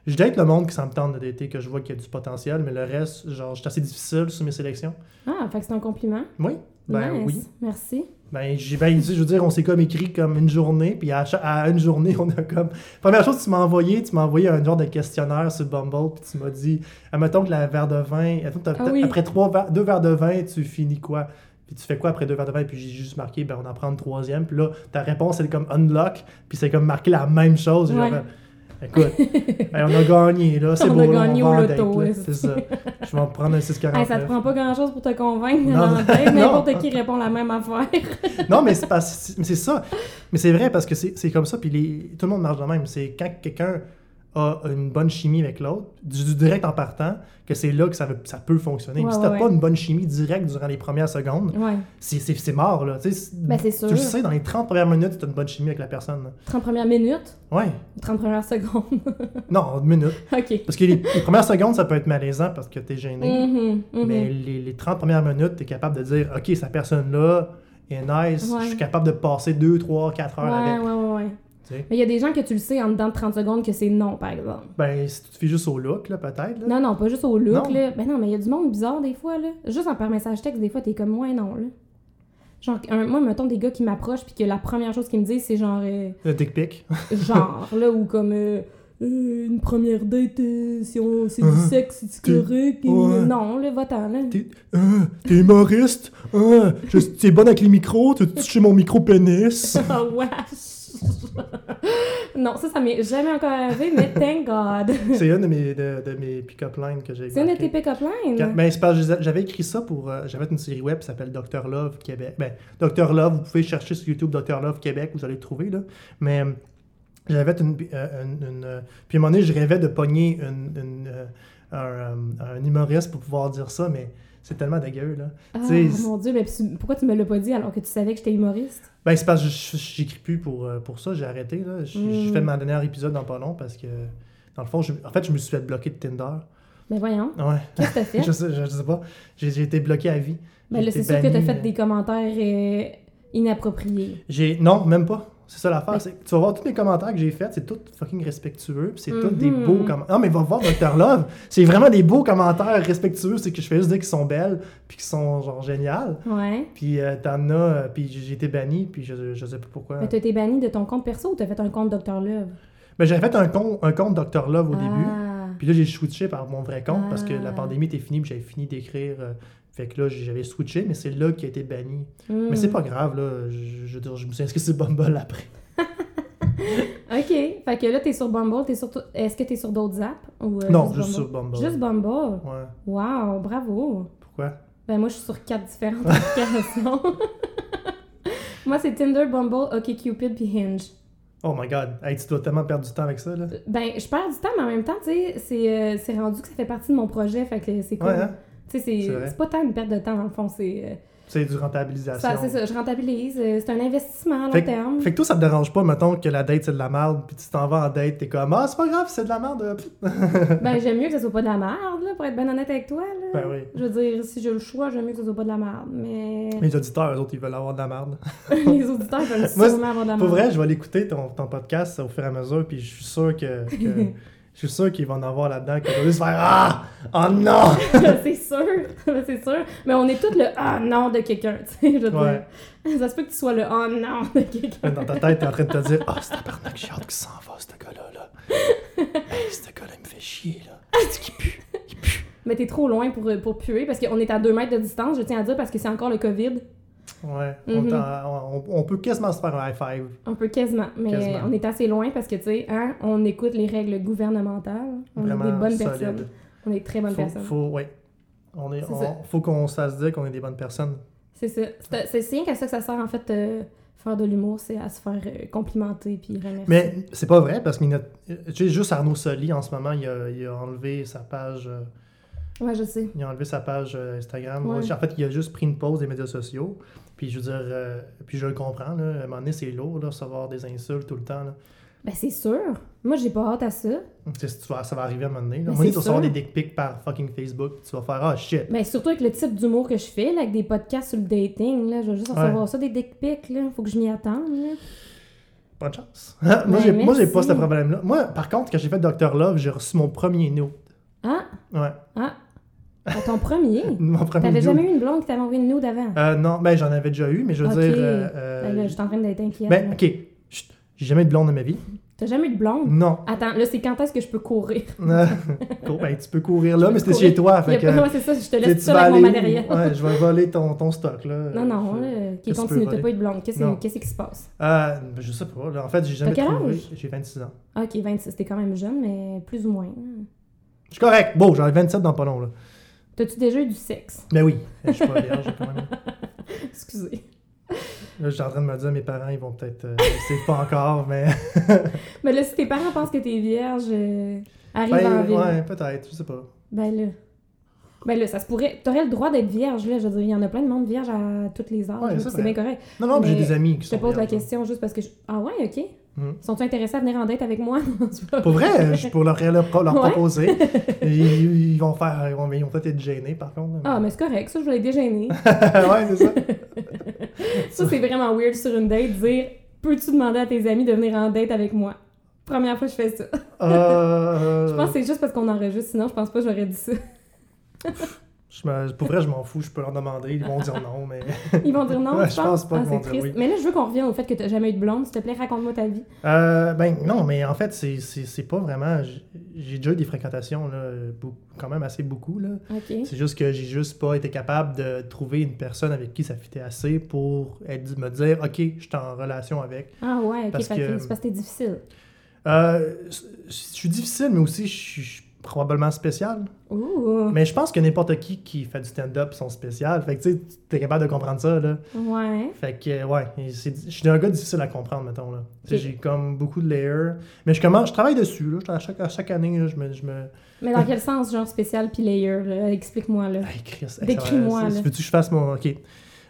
C: Je date le monde qui s'en tente de dater, que je vois qu'il y a du potentiel, mais le reste, genre, je suis assez difficile sur mes sélections.
B: Ah, fait que c'est un compliment.
C: Oui, ben
B: Nice.
C: oui.
B: Merci.
C: Ben, j'ai ben, je veux dire, on s'est comme écrit comme une journée, puis à, cha- à une journée, on a comme. Première chose, tu m'as envoyé, tu m'as envoyé un genre de questionnaire sur Bumble, puis tu m'as dit, admettons que la verre de vin, admettons, t'as-
B: Ah
C: t'as-
B: oui.
C: après trois verres- deux verres de vin, tu finis quoi? Puis tu fais quoi après deux verres de vin? Puis j'ai juste marqué, ben, on en prend une troisième, puis là, ta réponse, c'est comme unlock, puis c'est comme marqué la même chose.
B: Ouais.
C: Genre, écoute, hey, on a gagné, là, c'est
B: On
C: beau,
B: a
C: là,
B: gagné
C: va
B: au
C: en
B: loto,
C: date, là,
B: ouais.
C: c'est ça. Je vais en prendre un 6,49.
B: Hey, ça te prend pas grand-chose pour te convaincre.
C: Non.
B: dans la tête.
C: Non.
B: N'importe qui répond la même affaire.
C: Non, mais c'est, pas- c'est- mais c'est ça. Mais c'est vrai parce que c'est, c'est comme ça. Puis les, tout le monde marche de même. C'est quand quelqu'un a une bonne chimie avec l'autre, du, du direct en partant, que c'est là que ça, veut- ça peut fonctionner.
B: Ouais,
C: Mais si t'as
B: ouais,
C: pas
B: ouais.
C: une bonne chimie directe durant les premières secondes,
B: Ouais.
C: c'est- c'est c'est mort, là. Tu sais, c'est-
B: Ben, c'est sûr.
C: tu le sais, dans les 30 premières minutes, t'as une bonne chimie avec la personne. là.
B: 30 premières minutes,
C: Ouais.
B: 30 premières secondes.
C: Non, une minute.
B: ok.
C: Parce que les, les premières secondes, ça peut être malaisant parce que t'es gêné.
B: Mhm, mhm.
C: Mais les, les 30 premières minutes, t'es capable de dire OK, cette personne-là est nice,
B: Ouais.
C: je suis capable de passer 2, 3, 4 heures
B: ouais,
C: avec.
B: ouais, ouais, ouais.
C: tu sais.
B: Mais il y a des gens que tu le sais en dedans de 30 secondes que c'est non, par exemple.
C: Ben, si tu te fies juste au look, là, peut-être. là.
B: Non, non, pas juste au look,
C: Non.
B: là. Ben non, mais il y a du monde bizarre des fois, là. Juste en par message texte, des fois, t'es comme, ouais, non, là. Genre, un- moi, mettons des gars qui m'approchent, puis que la première chose qu'ils me disent, c'est genre, euh,
C: Le dick pic. Ah,
B: genre, là, ou comme, euh, Euh, une première date, euh, si on, c'est du
C: Hein?
B: sexe, c'est
C: Tu-
B: correct. Puis
C: Ouais.
B: Non, là, va-t'en, là.
C: T'es hein, t'es humoriste, hein, je- t'es bonne avec les micros, tu touché mon micro pénis.
B: Ah, wesh! non, ça, ça m'est jamais encore arrivé, mais thank God!
C: C'est une de mes, de, de mes pick-up lines que j'ai
B: C'est une de tes
C: marquées.
B: pick-up lines?
C: Quand- ben, c'est parce que je les a- j'avais écrit ça pour. euh, j'avais fait une série web qui s'appelle Dr. Love Québec. Ben, Dr. Love, vous pouvez chercher sur YouTube Dr. Love Québec, vous allez le trouver, là. Mais euh, j'avais fait une. euh, une- une, euh, puis à un moment donné, je rêvais de pogner une, une, euh, un, euh, un humoriste pour pouvoir dire ça, mais c'est tellement dégueu, là.
B: Ah,
C: Tu sais,
B: mon dieu, mais puis pourquoi tu me l'as pas dit alors que tu savais que j'étais humoriste?
C: Ben, c'est parce que je- je- j'écris plus pour, euh, pour ça, j'ai arrêté, là. J-
B: Mm.
C: J'ai fait mon dernier épisode dans pas long parce que. Dans le fond, je- en fait, je me suis fait bloquer de Tinder.
B: Ben voyons,
C: Ouais.
B: qu'est-ce que t'as fait?
C: je, sais, je sais pas. J'ai j'ai été bloqué à vie.
B: ben là,
C: J'ai
B: c'est
C: été
B: sûr que t'as
C: banni,
B: fait
C: mais-
B: des commentaires euh, inappropriés.
C: J'ai non, même pas. C'est ça l'affaire.
B: Mais-
C: c'est que Tu vas voir tous les commentaires que j'ai faits, c'est tout fucking respectueux, puis c'est tout
B: Mhm.
C: des beaux commentaires. Non, mais va voir Dr. Love. c'est vraiment des beaux commentaires respectueux. C'est que je fais juste dire qu'ils sont belles, puis qu'ils sont genre géniales.
B: Ouais.
C: Puis euh, t'en as, euh, puis j'ai j'ai été banni, puis je, je sais pas pourquoi.
B: Ben t'as été banni de ton compte perso ou t'as fait un compte Dr Love?
C: Mais j'avais fait un compte, un compte Dr. Love au début.
B: ah.
C: Puis là, j'ai switché par mon vrai compte parce que la
B: Ah.
C: pandémie était finie, puis j'avais fini d'écrire. euh, fait que là, j'avais switché, mais c'est là qui a été banni.
B: Hmm.
C: Mais c'est pas grave, là. Je, je veux dire, je me suis inscrit sur Bumble après.
B: Ok, fait que là t'es sur Bumble, t'es sur... tout- Est-ce que t'es sur d'autres apps? Ou, euh,
C: non, juste sur
B: Bumble?
C: Bumble.
B: Juste Bumble?
C: Ouais.
B: Wow, bravo!
C: Pourquoi?
B: Ben moi je suis sur quatre différentes applications. moi c'est Tinder, Bumble, OkCupid puis Hinge.
C: Oh my god, hey, tu dois tellement perdre du temps avec ça, là.
B: Ben, je perds du temps, mais en même temps, tu sais, c'est euh, c'est rendu que ça fait partie de mon projet, fait que c'est cool.
C: Ouais, hein?
B: Tu sais, c'est-
C: C'est vrai.
B: c'est pas tant une perte de temps, dans le fond, c'est... euh,
C: C'est du
B: ça-
C: rentabilisation.
B: c'est ça, je rentabilise, euh, c'est un investissement à long
C: Fait que-
B: terme.
C: Fait que toi, ça te dérange pas, mettons, que la date c'est de la merde, puis tu t'en vas en date, t'es comme Ah, c'est pas grave, c'est de la merde. Pff.
B: Ben, j'aime mieux que ça soit pas de la merde, là, pour être ben honnête avec toi, là.
C: Ben oui.
B: Je veux dire, si j'ai le choix, j'aime mieux que ça soit pas de la merde, mais...
C: Les auditeurs, eux autres, ils veulent avoir de la merde.
B: les auditeurs veulent
C: Moi,
B: sûrement avoir de la
C: Pour
B: merde.
C: vrai, je vais l'écouter ton, ton podcast au fur et à mesure, puis je suis sûr que. que- Je suis sûr qu'ils vont en avoir là-dedans, qu'ils vont juste faire Ah! Oh non!
B: c'est sûr, c'est sûr. Mais on est tous le « Ah non » de quelqu'un, tu sais, je veux dire.
C: Ouais.
B: Ça se peut que tu sois le « Ah non » de quelqu'un.
C: Dans ta tête, t'es en train de te dire Ah, c'est un tabarnak, j'ai hâte qu'il s'en va, ce gars-là. Là. Hey, ce gars-là, il me fait chier, là. C'est qu'il pue. Il pue.
B: Mais t'es trop loin pour, pour puer parce qu'on est à 2 mètres de distance, je tiens à dire, parce que c'est encore le COVID.
C: Ouais, on
B: Mhm.
C: t'en- on, on peut quasiment se faire un high five.
B: On peut quasiment, mais
C: Quasiment.
B: on est assez loin parce que, tu sais, hein, on écoute les règles gouvernementales. On
C: Vraiment
B: est des bonnes
C: solide.
B: personnes. On est très bonnes
C: faut,
B: personnes.
C: Faut, ouais. On est,
B: C'est
C: on-
B: ça.
C: faut qu'on se fasse dire qu'on est des bonnes personnes.
B: C'est ça. C'est- C'est c'est rien qu'à ça que ça sert, en fait, euh, faire de l'humour, c'est à se faire euh, complimenter puis remercier.
C: Mais c'est pas vrai parce que tu sais, juste Arnaud Soli en ce moment, il a, il a enlevé sa page, euh,
B: Ouais, je sais.
C: il a enlevé sa page euh, Instagram.
B: Ouais.
C: En fait, il a juste pris une pause des médias sociaux. Puis je veux dire, euh, puis je le comprends. Là, à un moment donné, c'est lourd de recevoir des insultes tout le temps. Là.
B: Ben, c'est sûr. Moi, j'ai pas hâte à ça.
C: Tu sais, si tu vas- ça va arriver à un moment donné. Là. À
B: Mais
C: un moment donné,
B: c'est
C: tu vas recevoir des
B: sûr.
C: dick pics par fucking Facebook. puis Tu vas faire ah shit.
B: Ben, surtout avec le type d'humour que je fais, là, avec des podcasts sur le dating, là, je vais juste
C: Ouais.
B: recevoir ça, des dick pics, là. Faut que je m'y attende, là.
C: Bonne chance. moi, j'ai,
B: Ben,
C: moi, j'ai pas
B: merci.
C: ce problème-là. Moi, par contre, quand j'ai fait Dr. Love, j'ai reçu mon premier nude.
B: Ah,
C: Ouais.
B: ah, à ton premier.
C: Mon premier
B: T'avais
C: nude.
B: jamais eu une blonde qui t'avait envoyé une nude avant?
C: Euh, non, ben j'en avais déjà eu, mais je veux
B: Ok.
C: dire. euh, euh,
B: Ben là, je suis en train d'être inquiète.
C: ben,
B: là.
C: ok. Chut, J'ai jamais eu de blonde de ma vie.
B: T'as jamais eu de blonde?
C: Non.
B: Attends, là, c'est quand est-ce que je peux courir?
C: Cool, ben, tu peux courir là,
B: Je
C: mais
B: peux
C: c'était
B: courir.
C: chez toi.
B: Il y
C: Fait
B: a
C: que, euh,
B: pas- ouais, c'est ça, je te
C: tu sais,
B: laisse
C: tu
B: ça
C: vas
B: avec
C: aller
B: mon
C: où?
B: matériel.
C: Ouais, je vais voler ton, ton stock là.
B: Non, non, là, qui
C: qu'est-ce que tu
B: continue,
C: peux
B: t'as pas eu de blonde. Qu'est-ce
C: Non.
B: qu'est-ce qui se passe?
C: Euh, ben, je sais pas. là, en fait, j'ai jamais
B: quel
C: trouvé.
B: âge?
C: J'ai 26 ans.
B: Ah, ok, 26, t'es quand même jeune, mais plus ou moins. hein.
C: Je suis correct. Bon, j'en ai 27 dans pas long là.
B: T'as-tu déjà eu du sexe?
C: Mais oui, je suis pas vierge quand même.
B: Excusez.
C: Là, je suis en train de me dire, mes parents, ils vont peut-être. euh, ils savent pas encore, mais.
B: Mais là, si tes parents pensent que t'es vierge, euh, arrive en
C: Ben,
B: ville.
C: ouais, peut-être, je sais pas.
B: Ben là. Ben là, ça se pourrait. T'aurais le droit d'être vierge, là. Je veux dire, il y en a plein de monde vierge à toutes les âges.
C: Ouais,
B: là,
C: ça,
B: c'est
C: vrai.
B: bien correct.
C: Non, non, mais j'ai
B: Mais
C: des amis qui
B: Je te
C: sont.
B: pose la
C: vierges, hein.
B: question juste parce que. je- Ah ouais, ok.
C: Hmm.
B: Sont-ils intéressés à venir en date avec moi? Non, c'est pas
C: Pour vrai, je pourrais leur, leur, leur
B: Ouais.
C: proposer. Ils, ils vont faire. Ils vont, ils vont peut-être être gênés, par contre.
B: Ah, mais c'est correct, ça, je voulais dégêner.
C: ouais, c'est ça.
B: ça, c'est vraiment weird sur une date, dire Peux-tu demander à tes amis de venir en date avec moi? Première fois que je fais ça.
C: Euh,
B: Je pense que c'est juste parce qu'on enregistre, sinon je pense pas que j'aurais dit ça.
C: je me- pour vrai, je m'en fous, je peux leur demander, ils vont dire non, mais.
B: Ils vont dire non,
C: Ouais,
B: tu
C: je
B: penses?
C: pense pas
B: Ah,
C: qu'ils
B: c'est
C: vont dire
B: triste.
C: oui.
B: Mais là, je veux qu'on revienne au fait que t'as jamais eu de blonde. S'il te plaît, raconte-moi ta vie.
C: Euh, ben non, mais en fait, c'est- c'est c'est pas vraiment. j'- J'ai déjà eu des fréquentations, là, bou- quand même assez beaucoup. Là.
B: OK.
C: C'est juste que j'ai juste pas été capable de trouver une personne avec qui ça fitait assez pour être, me dire, OK, je suis en relation avec.
B: Ah ouais, OK,
C: Parce
B: fait que
C: que-
B: c'est parce que t'es difficile.
C: Euh, je suis difficile, mais aussi je suis- je suis probablement spécial.
B: Ouh!
C: Mais je pense que n'importe qui qui fait du stand-up sont spécial. Fait que tu sais, t'es capable de comprendre ça, là.
B: Ouais.
C: Fait que, euh, ouais, et c'est- je suis un gars difficile à comprendre, mettons. Là. Tu sais,
B: Ok.
C: J'ai comme beaucoup de layers. Mais je commence, je travaille dessus. Là. Je- À, chaque, à chaque année, là, je me. Je me...
B: Mais dans quel sens, genre spécial puis layer? là? Explique-moi, là.
C: Hey, Chris, hey, ça va-
B: Décris-moi,
C: ça-
B: là.
C: Veux-tu que je fasse mon. OK.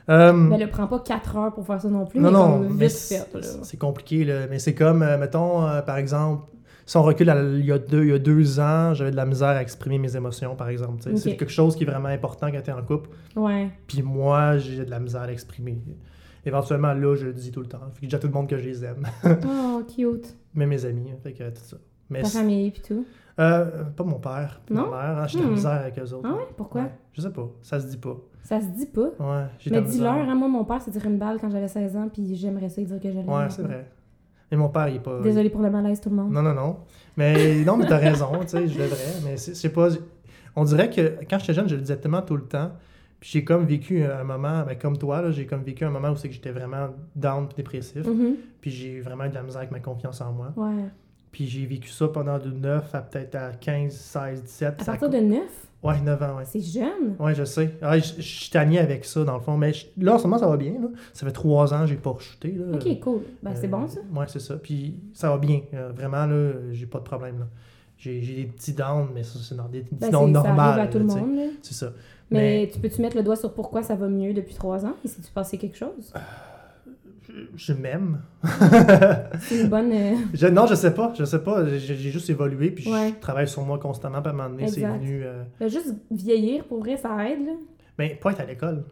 C: Um,
B: Ben, le prends pas 4 heures pour faire ça non plus.
C: non,
B: mais
C: non,
B: comme
C: mais
B: vite
C: c'est
B: fait, là.
C: c'est compliqué. Là. Mais c'est comme, euh, mettons, euh, par exemple, si on recule à- il, y a deux, il y a deux ans, j'avais de la misère à exprimer mes émotions, par exemple. tu sais.
B: Ok.
C: C'est quelque chose qui est vraiment important quand t'es en couple.
B: Ouais.
C: Puis moi, j'ai de la misère à l'exprimer. Éventuellement, là, je le dis tout le temps. Fait que je dis à tout le monde que je les aime.
B: Oh, cute.
C: Même mes amis. hein. Fait que euh, tout ça. Mais
B: Ta
C: c'est-
B: famille puis tout.
C: Euh, pas mon père, puis
B: Non?
C: ma mère. hein, J'ai de la
B: Hmm.
C: misère avec eux autres.
B: Ah ouais? Pourquoi?
C: Ouais, Je sais pas, ça se dit pas.
B: Ça se dit pas.
C: Ouais, j'ai de
B: Mais
C: la misère.
B: dis-leur, hein, moi, mon père s'est tiré une balle quand j'avais 16 ans, puis j'aimerais ça lui dire que j'allais.
C: Ouais, c'est vrai. Mais mon père, il est pas.
B: Désolée pour le malaise, tout le monde.
C: Non, non, non. Mais non, mais t'as raison, tu sais, je devrais. Mais c'est c'est pas. On dirait que quand j'étais jeune, je le disais tellement tout le temps. Puis j'ai comme vécu un moment, ben, comme toi, là, j'ai comme vécu un moment où c'est que j'étais vraiment down puis dépressif.
B: Mhm.
C: Puis j'ai vraiment eu de la misère avec ma confiance en moi.
B: Ouais.
C: Puis j'ai vécu ça pendant de 9 à peut-être à 15, 16, 17.
B: À
C: ça
B: partir
C: a-
B: de 9,
C: Ouais, 9 ans, ouais.
B: c'est jeune.
C: Ouais, je sais. Ouais, je je suis tanné avec ça, dans le fond. Mais je- là, en ce moment, ça va bien. Là. Ça fait trois ans que j'ai pas rechuté. Là.
B: Ok, cool. Ben, c'est
C: Euh,
B: bon, ça.
C: Ouais, c'est ça. Puis ça va bien. Euh, vraiment, là, j'ai pas de problème. là. J'ai j'ai des petits downs, mais ça, c'est dans des petits
B: Ben,
C: downs
B: c'est- ça
C: normales.
B: arrive à
C: là,
B: tout le
C: tu sais.
B: monde. là.
C: C'est ça.
B: Mais, tu peux-tu mettre le doigt sur pourquoi ça va mieux depuis 3 ans? Et si tu passais quelque chose?
C: Je- Je m'aime.
B: C'est une bonne... euh,
C: Je- non, je sais pas. Je sais pas. J'ai j'ai juste évolué, puis
B: Ouais.
C: je travaille sur moi constamment. Puis à un moment donné, c'est
B: Exact.
C: venu. euh,
B: ben, juste vieillir, pour vrai, ça aide, là.
C: Ben, pas être à l'école.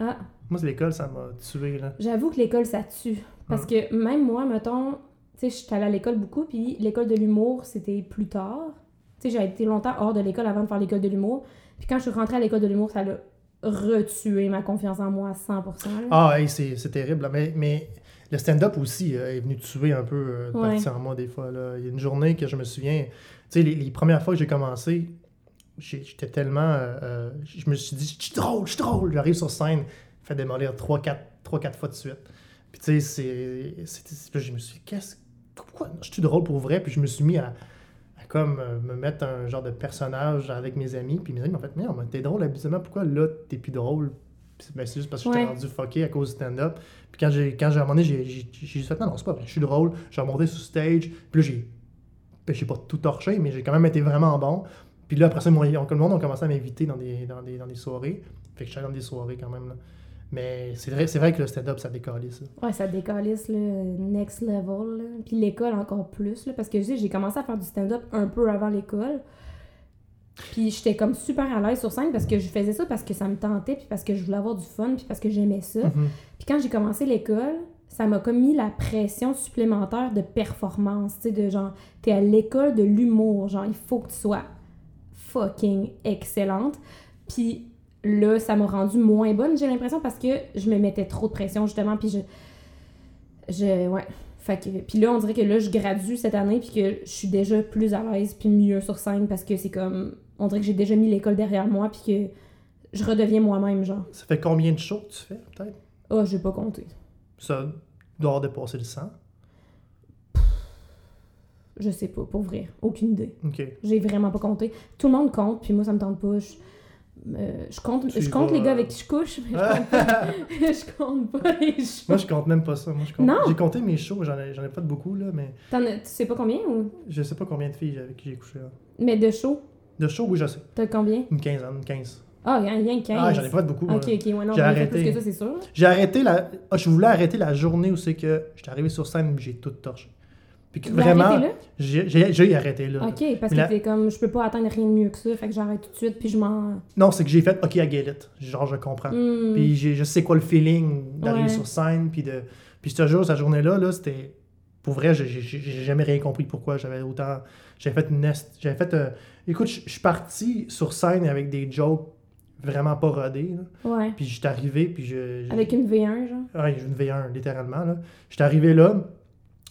B: Ah,
C: Moi, c'est l'école, ça m'a tué. Là.
B: j'avoue que l'école, ça tue. Parce que même moi, mettons, tu sais, je suis allée à l'école beaucoup, puis l'école de l'humour, c'était plus tard. Tu sais, j'ai été longtemps hors de l'école avant de faire l'école de l'humour. Puis quand je suis rentrée à l'école de l'humour, ça l'a retué ma confiance en moi à 100%. là.
C: Ah, hey, c'est c'est terrible. là. Mais, mais le stand-up aussi euh, est venu tuer un peu euh, une
B: Ouais.
C: partie en moi des fois. là. Il y a une journée que je me souviens, tu sais, les, les premières fois que j'ai commencé, j'ai- j'étais tellement. euh, euh, je me suis dit, je suis drôle, je suis drôle. J'arrive sur scène, fait démolir 3-4 fois de suite. Puis tu sais, c'est- c'est. c'est- là, Je me suis dit, qu'est-ce. Pourquoi je suis drôle pour vrai? Puis je me suis mis à. à Comme euh, me mettre un genre de personnage avec mes amis, puis mes amis m'ont fait Merde, mais t'es drôle habituellement, pourquoi là t'es plus drôle Puis c'est- ben, C'est juste parce que j'étais
B: Ouais.
C: rendu fucké à cause du stand-up. Puis quand j'ai, quand j'ai abandonné, j'ai, j'ai, j'ai juste fait non, non, c'est pas vrai, je suis drôle. J'ai remonté sur stage, puis là, j'ai. ben, j'ai pas tout torché, mais j'ai quand même été vraiment bon. Puis là, après ça, moi, ils ont- le monde a commencé à m'inviter dans des, dans, des, dans des soirées. Fait que je suis allé dans des soirées quand même. Là. Mais c'est vrai, c'est vrai que le stand-up, ça décolle ça.
B: Ouais, ça décalisse, là, next level, là. Puis l'école encore plus, là, parce que je sais, j'ai commencé à faire du stand-up un peu avant l'école. Puis j'étais comme super à l'aise sur scène parce que je faisais ça parce que ça me tentait, puis parce que je voulais avoir du fun, puis parce que j'aimais ça.
C: Mhm.
B: Puis quand j'ai commencé l'école, ça m'a comme mis la pression supplémentaire de performance, tu sais, de genre, t'es à l'école de l'humour, genre, il faut que tu sois fucking excellente. Puis là, ça m'a rendue moins bonne, j'ai l'impression, parce que je me mettais trop de pression, justement, puis je... Je... Ouais. Fait que... Puis là, on dirait que là, je gradue cette année, puis que je suis déjà plus à l'aise, puis mieux sur scène, parce que c'est comme... On dirait que j'ai déjà mis l'école derrière moi, puis que je redeviens moi-même, genre.
C: Ça fait combien de shows que tu fais, peut-être
B: Ah, j'ai pas compté.
C: Ça doit dépasser le 100.
B: Je sais pas, pour vrai. Aucune idée.
C: OK.
B: J'ai vraiment pas compté. Tout le monde compte, puis moi, ça me tente pas. Je- euh, je compte,
C: Tu
B: je
C: y
B: compte
C: vas,
B: les gars
C: euh.
B: avec qui je couche, mais je compte pas, je compte pas les shows.
C: Moi, je compte même pas ça. Moi, je compte-
B: Non.
C: J'ai compté mes shows, j'en ai, j'en ai pas de beaucoup, là, mais
B: T'en as- tu sais pas combien ou
C: je sais pas combien de filles avec qui j'ai couché. là.
B: Mais de shows,
C: De shows, oui, je sais.
B: t'as combien
C: Une quinzaine, une quinze.
B: Ah, rien rien que 15.
C: Ah, j'en ai pas de beaucoup.
B: Ok,
C: moi.
B: ok, ouais, non,
C: J'ai
B: mais
C: arrêté.
B: plus que ça, c'est sûr.
C: J'ai arrêté la. ah, je voulais arrêter la journée où c'est que j'étais arrivé sur scène, mais j'ai tout torché. Puis que
B: Tu voulais
C: vraiment,
B: arrêter
C: j'ai j'ai- j'ai arrêté là.
B: là? Ok, parce
C: Mais la-
B: que t'es comme, je peux pas atteindre rien de mieux que ça, fait que j'arrête tout de suite, puis je m'en.
C: Non, c'est que j'ai fait OK à get it. Genre, je comprends.
B: Hmm.
C: Ah, Puis j'ai- je sais quoi le feeling d'arriver
B: Ouais.
C: sur scène. Puis, de, puis ce jour, cette journée-là, là, c'était. Pour vrai, j'ai- j'ai j'ai jamais rien compris pourquoi j'avais autant. J'avais fait une nest. J'avais fait. euh, Écoute, je je suis parti sur scène avec des jokes vraiment pas rodés. là.
B: Hmm, Ouais.
C: Puis j'étais arrivé, puis je. je-
B: Avec une V1, genre.
C: Ouais, j'ai une V1, littéralement. Là. J'étais arrivé là,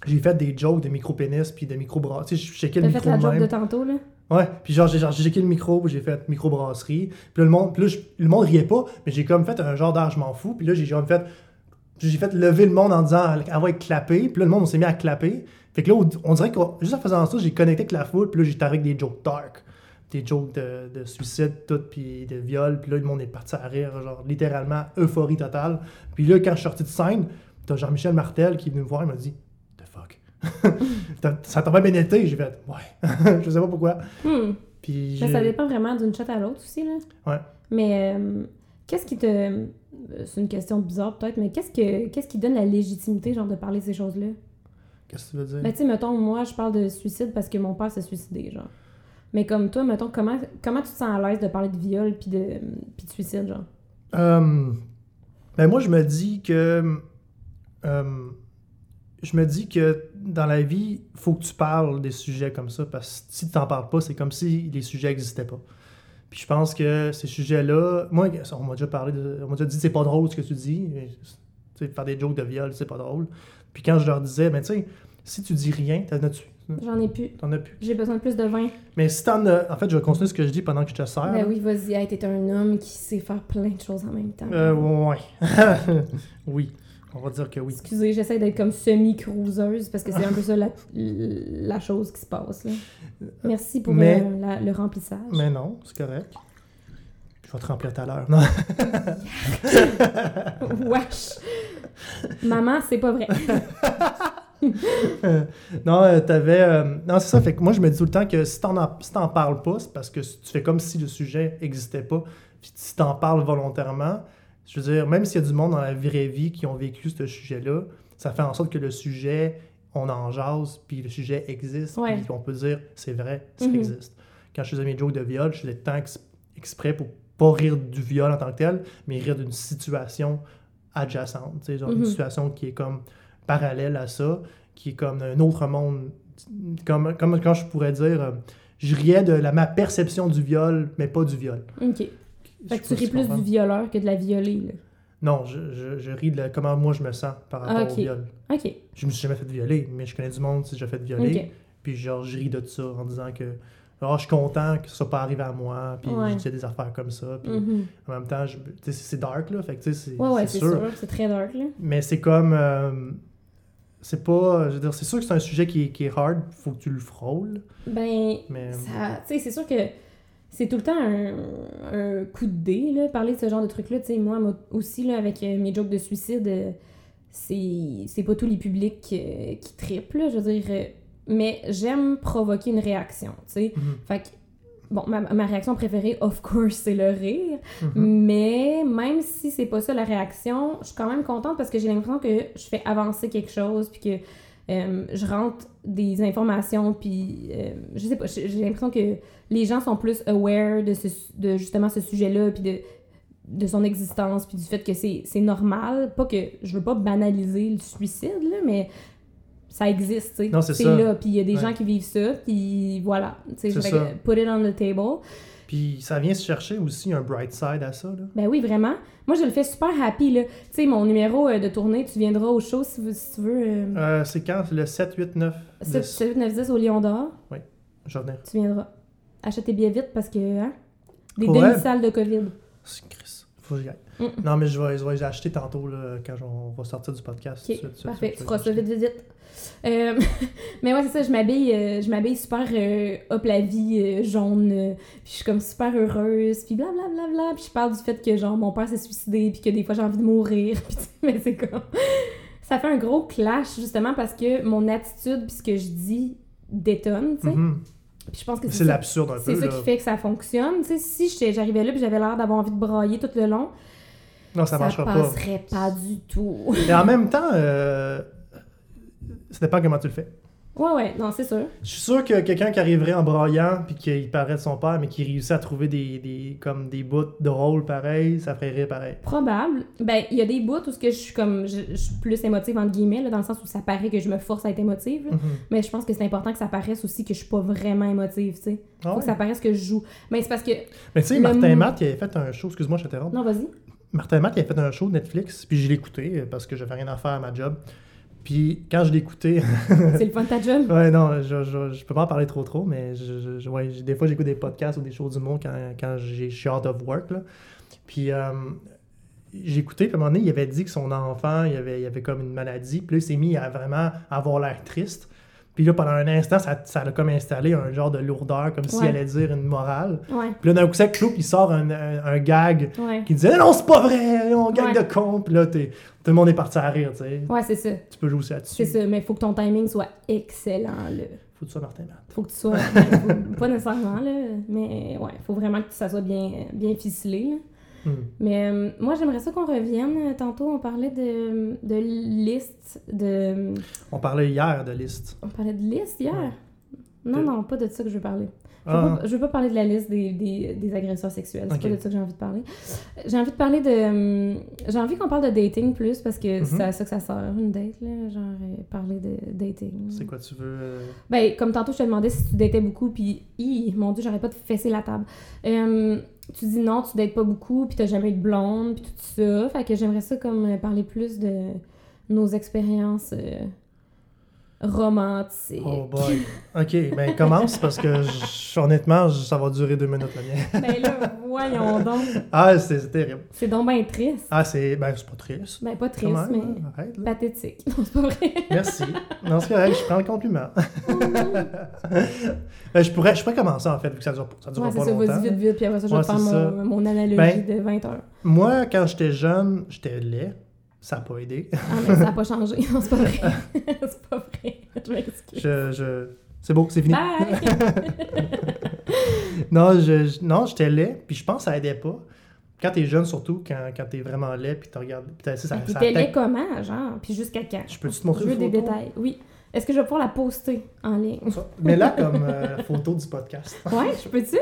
C: j'ai fait des jokes de micro-pénis, puis de micro-bras. Tu sais, j'ai checké le
B: T'as fait
C: micro
B: la job
C: de
B: de
C: même.
B: tantôt, là.
C: Ouais, puis genre, j'ai, genre, j'ai checké le micro, puis j'ai fait micro-brasserie. Puis là, le monde, puis là, je- le monde riait pas, mais j'ai comme fait un genre d'art, je m'en fous. Puis là, j'ai genre fait. J'ai fait lever le monde en disant elle va être clapée. Puis là, le monde, on s'est mis à clapper. Fait que là, on- on dirait que juste en faisant ça, j'ai connecté avec la foule. Puis là, j'étais avec des jokes dark. Des jokes de, de suicide, tout, puis de viol. Puis là, le monde est parti à rire, genre littéralement euphorie totale. Puis là, quand je suis sorti de scène, t'as Jean-Michel Martel qui est venu me voir, il m'a dit The fuck. T'as- ça t'a pas bien été. J'ai fait Ouais. je sais pas pourquoi.
B: Hmm.
C: Puis
B: Ben,
C: j'ai-
B: ça dépend vraiment d'une chatte à l'autre aussi, là.
C: Ouais.
B: Mais euh, qu'est-ce qui te. euh, C'est une question bizarre peut-être, mais qu'est-ce que qu'est-ce qui donne la légitimité, genre, de parler de ces choses-là?
C: Euh. Qu'est-ce que tu veux dire?
B: Ben, tu sais, mettons, moi, je parle de suicide parce que mon père s'est suicidé, genre. Mais comme toi, mettons, comment, comment tu te sens à l'aise de parler de viol puis de, puis de suicide, genre?
C: Euh, ben moi, je me dis que. euh, je me dis que dans la vie, faut que tu parles des sujets comme ça, parce que si tu n'en parles pas, c'est comme si les sujets n'existaient pas. Puis je pense que ces sujets-là. Moi, on m'a déjà parlé de. On m'a déjà dit c'est pas drôle ce que tu dis. mais, tu sais, faire des jokes de viol, c'est pas drôle. Puis quand je leur disais, ben tu sais, si tu dis rien, t'en as-tu?
B: J'en ai plus.
C: T'en as plus.
B: J'ai besoin de plus de vin.
C: Mais si t'en as. En fait, je vais continuer ce que je dis pendant que je te sers.
B: Ben oui, vas-y, hey, t'es un homme qui sait faire plein de choses en même temps.
C: Euh, ouais. oui. On va dire que oui.
B: Excusez, j'essaie d'être comme semi-cruiseuse parce que c'est un peu ça la, la chose qui se passe. là. Merci pour
C: Mais-
B: euh, la- le remplissage.
C: Mais non, c'est correct. Je vais te remplir tout à l'heure. Non.
B: Wesh! Maman, c'est pas vrai.
C: non, euh, t'avais. euh, Non, c'est ça. Fait que moi, je me dis tout le temps que si t'en, en- si t'en parles pas, c'est parce que tu fais comme si le sujet n'existait pas. Puis si t'en parles volontairement, je veux dire, même s'il y a du monde dans la vraie vie qui ont vécu ce sujet-là, ça fait en sorte que le sujet, on en jase, puis le sujet existe.
B: Ouais.
C: Puis on peut dire, c'est vrai, ça
B: Mhm.
C: existe. Quand je faisais mes jokes de viol, je faisais tant ex- exprès pour pas rire du viol en tant que tel, mais rire d'une situation adjacente, tu sais, genre une
B: Mhm.
C: situation qui est comme parallèle à ça, qui est comme un autre monde. Comme, comme quand je pourrais dire, euh, je riais de la, ma perception du viol, mais pas du viol.
B: Ok. Fait que tu ris plus du violeur que de la violée. Là.
C: Non, je, je- je ris de la- comment moi je me sens par rapport
B: Ah, ok.
C: au viol.
B: Ok.
C: Je me suis jamais fait violer, mais je connais du monde qui s'est déjà fait violer.
B: Ok.
C: Puis genre, je ris de ça en disant que Ah, je suis content que ça soit pas arrivé à moi, puis
B: Ouais.
C: je disais des affaires comme ça. Puis
B: Mhm.
C: en même temps, je- tu sais, c'est dark, là, fait que tu sais, c'est
B: Ouais, ouais,
C: c'est
B: c'est sûr. C'est très dark, là.
C: Mais c'est comme. euh, c'est pas. Je veux dire, c'est sûr que c'est un sujet qui, est- qui est hard, faut que tu le frôles.
B: Ben,
C: Mais.
B: ça- tu sais, c'est sûr que c'est tout le temps un, un coup de dé, là, parler de ce genre de truc-là. Tu sais, moi, moi aussi, là, avec euh, mes jokes de suicide, euh, c'est c'est pas tous les publics euh, qui triplent, là, je veux dire. euh, mais j'aime provoquer une réaction, tu sais.
C: Mhm.
B: Fait que, bon, ma, ma réaction préférée, of course, c'est le rire.
C: Mhm.
B: Mais même si c'est pas ça la réaction, je suis quand même contente parce que j'ai l'impression que je fais avancer quelque chose, puis que euh, je rentre des informations, puis euh, je sais pas, j'ai j'ai l'impression que les gens sont plus aware de, ce, de justement ce sujet-là, puis de, de son existence, puis du fait que c'est c'est normal. Pas que je veux pas banaliser le suicide, là, mais ça existe, tu sais.
C: Non, c'est ça.
B: là, puis il y a des
C: Ouais.
B: gens qui vivent ça, puis voilà. Tu sais,
C: C'est
B: fait
C: ça.
B: que put it on the table.
C: Puis ça vient se chercher aussi un bright side à ça, là.
B: Ben oui, vraiment. Moi, je le fais super happy, là. Tu sais, mon numéro euh, de tournée, tu viendras au show si, vous- si tu veux. euh,
C: Euh, c'est quand Le 7, 8, 9.
B: 7,
C: 10.
B: 7, 9, 10 au Lion d'Or,
C: Je vais venir.
B: tu viendras. Achète tes billets vite parce que, hein, des
C: Pour vrai?
B: demi-salles de COVID.
C: C'est Chris. faut que j'y aille.
B: Mm.
C: Non, mais je vais, je vais les acheter tantôt là, quand on va sortir du podcast.
B: Ok,
C: tout de suite, tout de suite,
B: parfait.
C: je
B: Tu
C: vais
B: feras ça
C: les
B: vite, vite, vite. Euh, mais ouais, c'est ça, je m'habille, euh, je m'habille super euh, hop la vie euh, jaune, euh, puis je suis comme super heureuse, puis blablabla, bla, bla, bla, puis je parle du fait que genre mon père s'est suicidé, puis que des fois j'ai envie de mourir, puis tu sais, mais c'est comme... Ça fait un gros clash, justement, parce que mon attitude, puis ce que je dis, détonne, tu sais.
C: acheter. Mhm.
B: Puis je pense que
C: C'est
B: c'est ça
C: l'absurde un peu.
B: c'est ça
C: là.
B: qui fait que ça fonctionne. Tu sais, si j'étais- j'arrivais là puis j'avais l'air d'avoir envie de brailler tout le long,
C: Non, ça, marchera pas.
B: passerait pas du tout.
C: Mais en même temps, euh, ça dépend comment tu le fais.
B: ouais, ouais, non, c'est sûr.
C: Je suis sûr que quelqu'un qui arriverait en braillant puis qu'il parlerait de son père, mais qui réussit à trouver des, des, comme des bouts drôles pareil, ça ferait rire pareil.
B: Probable. Ben, il y a des bouts où ce que je suis comme, je, je suis plus émotive entre guillemets, là, dans le sens où ça paraît que je me force à être émotive. là.
C: Mhm.
B: Mais je pense que c'est important que ça paraisse aussi que je suis pas vraiment émotive, tu sais. Faut
C: Ah ouais.
B: que ça paraisse que je joue. Mais c'est parce que,
C: Mais tu sais,
B: Le
C: Martin
B: mou-
C: Matt, il avait fait un show, excuse-moi, je t'interromps.
B: non, vas-y.
C: Martin Matt, il avait fait un show Netflix, puis je l'ai écouté euh, parce que j'avais rien à faire à ma job. Puis quand je l'ai écouté,
B: C'est le fun de ta job.
C: ouais, non, je, je, je peux pas en parler trop trop, mais je, je- je- ouais, j'ai- des fois j'écoute des podcasts ou des shows du monde quand, quand j'ai- je suis out of work. Là. Puis euh, j'ai écouté, puis à un moment donné, il avait dit que son enfant, il avait, il avait comme une maladie, puis là, il s'est mis à vraiment avoir l'air triste. Puis là, pendant un instant, ça, ça a comme installé un genre de lourdeur, comme s'il
B: Ouais.
C: allait dire une morale.
B: Ouais,
C: Puis là, d'un coup, ça clou, puis il sort un, un- un gag
B: ouais.
C: qui disait non c'est pas vrai on gagne
B: Ouais.
C: de con puis là t'es- tout le monde est parti à rire tu sais
B: Ouais, c'est ça.
C: tu peux jouer aussi
B: C'est
C: là-dessus
B: ça. Mais faut que ton timing soit excellent, là.
C: faut de ça Martin Matt
B: faut que tu sois. ben, faut- pas nécessairement, là, mais ouais, faut vraiment que ça soit bien, bien ficelé. là.
C: Hmm.
B: Mais euh, moi, j'aimerais ça qu'on revienne. euh, Tantôt, on parlait de, de liste. De,
C: on parlait hier de liste
B: on parlait de liste hier.
C: Ouais.
B: Non,
C: De-
B: non, pas de ça que je veux parler. Je veux,
C: ah,
B: pas, je veux pas parler de la liste des, des- des agresseurs sexuels. C'est
C: Ok.
B: pas de ça que j'ai envie de parler. J'ai envie de parler de. hum, J'ai envie qu'on parle de dating plus parce que
C: Mhm.
B: c'est à ça que ça sert, une date, là. Genre, euh, parler de dating.
C: c'est quoi tu veux euh,
B: Ben, comme tantôt, je te demandais si tu datais beaucoup, puis hi, mon Dieu, j'arrête pas de fesser la table. Euh, tu dis non, tu dates pas beaucoup, puis t'as jamais eu de blonde, puis tout ça. Fait que j'aimerais ça comme euh, parler plus de nos expériences euh, romantiques.
C: oh boy ok ben commence parce que je- honnêtement je- ça va durer deux minutes la mienne
B: Ben là, voyons donc.
C: ah c'est c'est terrible
B: C'est donc bien triste.
C: ah c'est ben c'est pas triste
B: Ben, pas triste,
C: Comment?
B: mais
C: arrête là
B: pathétique. Non, c'est pas vrai.
C: merci non c'est correct je prends le compliment Ben, je pourrais je pourrais commencer en fait vu que ça dure ça dure
B: Ouais, c'est
C: pas
B: ça,
C: longtemps
B: vas-y vite, vite, puis après ça, je
C: Ouais,
B: vais te faire
C: c'est ça.
B: mon, mon analogie
C: Ben-
B: de 20 heures.
C: moi quand j'étais jeune j'étais laid ça n'a pas aidé
B: Ah, mais ça a pas changé. Non, c'est pas vrai. c'est pas vrai. Je m'excuse.
C: Je, je... C'est beau, c'est fini.
B: Bye!
C: Non, je, je- non, j'étais laid, puis je pense que ça aidait pas. Quand t'es jeune, surtout, quand, quand t'es vraiment laid, puis tu regardes. Puis t'as- ça, ça,
B: Puis
C: ça
B: t'es laid
C: attaque.
B: comment, genre? Puis jusqu'à quand?
C: Je peux-tu te
B: Je
C: montrer
B: veux
C: une
B: des
C: photo?
B: détails. Oui. Est-ce que je vais pouvoir la poster en ligne?
C: Ça. Mais là, comme euh, photo du podcast.
B: Ouais, je peux-tu?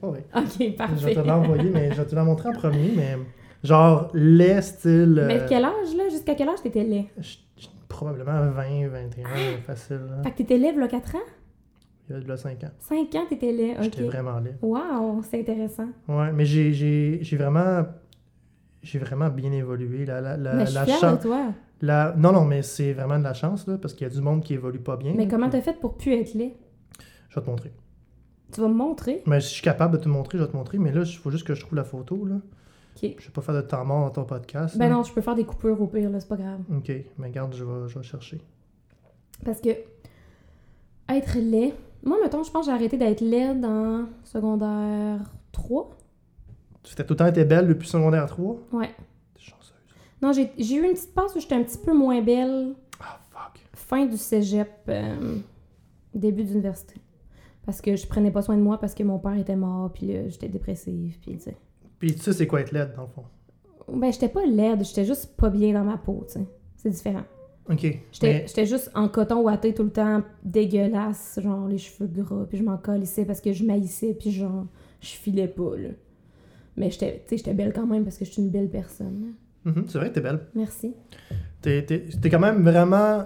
C: Oui.
B: Ok,
C: Je vais
B: parfait.
C: te l'envoyer, mais je vais te la montrer en premier, mais genre laid, style. euh,
B: Mais quel âge, là? Jusqu'à quel âge t'étais laid?
C: je- je- Probablement 20, 21, facile. là.
B: Ah! Fait que t'étais laid, là, 4 ans?
C: Il y a de là 5 ans.
B: 5 ans, t'étais laid.
C: J'étais
B: Ok.
C: vraiment laid.
B: Wow, c'est intéressant.
C: Ouais, mais j'ai- j'ai j'ai vraiment. J'ai vraiment bien évolué. La, la, la,
B: mais je suis
C: Euh, la
B: fière
C: chan-
B: de toi.
C: La- Non, non, mais c'est vraiment de la chance, là, parce qu'il y a du monde qui évolue pas bien.
B: Mais comment
C: Puis-
B: t'as fait pour plus être laid?
C: Je vais te montrer.
B: Tu vas me montrer?
C: Mais si je suis capable de te montrer, je vais te montrer. Mais là, il faut juste que je trouve la photo, là.
B: Ok.
C: Je vais pas faire de temps mort dans ton podcast.
B: Ben
C: là.
B: non, je peux faire des coupures au pire, là, c'est pas grave.
C: OK, mais regarde, je vais, je vais chercher.
B: Parce que être laid, moi, mettons, je pense que j'ai arrêté d'être laid dans secondaire 3.
C: Tu t'es tout le temps été belle depuis secondaire 3?
B: Ouais.
C: T'es chanceuse.
B: Non, j'ai j'ai eu une petite passe où j'étais un petit peu moins belle.
C: Ah, fuck.
B: fin du cégep, euh, début d'université. Parce que je prenais pas soin de moi parce que mon père était mort, puis là, j'étais dépressive, puis tu sais.
C: Puis tu sais, c'est quoi être laide, dans le fond?
B: Ben, j'étais pas laide, j'étais juste pas bien dans ma peau, tu sais. C'est différent.
C: OK.
B: J'étais
C: Mais,
B: j'étais juste en coton ouaté tout le temps, dégueulasse, genre les cheveux gras, puis je m'en ici parce que je maïssais, puis genre, je filais pas, là. Mais j'étais, tu sais, j'étais belle quand même parce que je suis une belle personne.
C: Mhm, c'est vrai que t'es belle.
B: Merci.
C: T'es, t'es- t'es quand même vraiment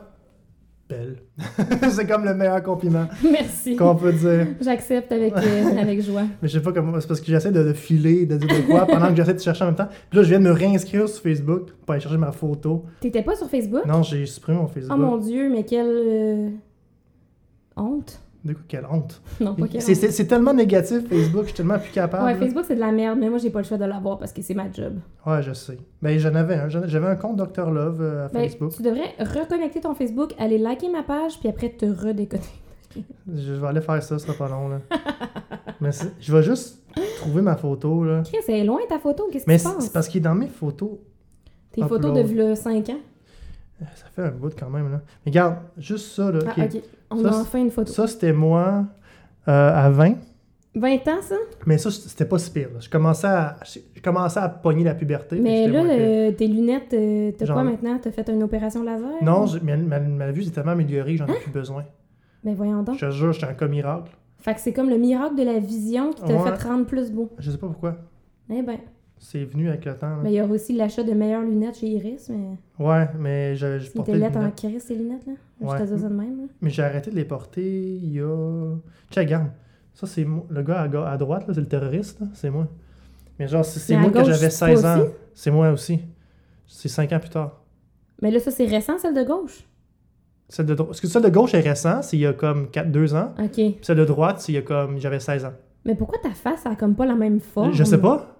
C: belle. c'est comme le meilleur compliment
B: Merci.
C: qu'on peut dire.
B: J'accepte avec, euh, avec joie.
C: Mais je sais pas comment. C'est parce que j'essaie de, de filer, de dire de quoi, pendant que j'essaie de chercher en même temps. Puis là, je viens de me réinscrire sur Facebook pour aller chercher ma photo.
B: T'étais pas sur Facebook? Ah,
C: Non, j'ai supprimé mon Facebook.
B: Oh mon dieu, mais quelle euh, honte.
C: De quoi, quelle honte.
B: Non, pas quelle
C: C'est-
B: honte.
C: C'est c'est tellement négatif, Facebook, je suis tellement plus capable.
B: Ouais,
C: là.
B: Facebook, c'est de la merde, mais moi, j'ai pas le choix de l'avoir parce que c'est ma job.
C: Ouais, je sais. Ben, j'en avais un. J'en- J'avais un compte Dr. Love euh, à
B: Ben,
C: Facebook.
B: tu devrais reconnecter ton Facebook, aller liker ma page, puis après te redéconnecter.
C: Je vais aller faire ça, ce sera pas long, là. Mais c'est- je vais juste trouver ma photo, là.
B: Chris, c'est loin ta photo, qu'est-ce
C: Mais
B: qui se
C: c'est c'est
B: passe?
C: parce qu'il est dans mes photos.
B: Tes
C: upload.
B: photos de v'là 5 ans.
C: Ça fait un bout quand même, là. Mais regarde, juste ça, là. qui
B: Ah,
C: est-
B: ok. On
C: Ça,
B: a
C: c'est-
B: enfin une photo.
C: Ça, c'était moi euh, à 20.
B: 20 ans, ça?
C: Mais ça, c'était pas si pire. là. Je, commençais à, je commençais à pogner la puberté. puis
B: Mais
C: j'étais
B: là,
C: moins pire.
B: euh, tes lunettes, euh, t'as
C: J'en-
B: quoi maintenant? T'as fait une opération laser?
C: Non, j'ai- ma, ma- ma vue s'est tellement améliorée que j'en ai
B: Hein?
C: plus besoin.
B: Ben voyons donc.
C: Je te jure, j'étais un cas miracle.
B: Fait que c'est comme le miracle de la vision qui t'a
C: Ouais.
B: fait te rendre plus beau.
C: Je sais pas pourquoi.
B: Eh ben,
C: C'est venu avec le temps. là.
B: ben, il y a aussi l'achat de meilleures lunettes chez Iris, mais
C: Ouais, mais je, je
B: ils
C: portais
B: étaient
C: des
B: lettres en
C: lunettes.
B: crise, ces lunettes-là.
C: Ouais.
B: Je te dis ça de même. là.
C: Mais j'ai arrêté de les porter il y a. Tiens, regarde. Ça, c'est moi. Le gars à, ga- à droite, là, c'est le terroriste, là. c'est moi. Mais genre, c'est c'est
B: Mais à
C: moi quand
B: gauche,
C: j'avais
B: c'est toi
C: 16 ans.
B: aussi?
C: C'est moi aussi. C'est 5 ans plus tard.
B: Mais Ben, là, ça, c'est récent, celle de gauche.
C: Celle de, dro- Parce que celle de gauche est récente, c'est il y a comme 4, 2 ans.
B: OK.
C: Puis celle de droite, c'est il y a comme. J'avais 16 ans.
B: Mais pourquoi ta face, elle a comme pas la même forme?
C: Je sais pas.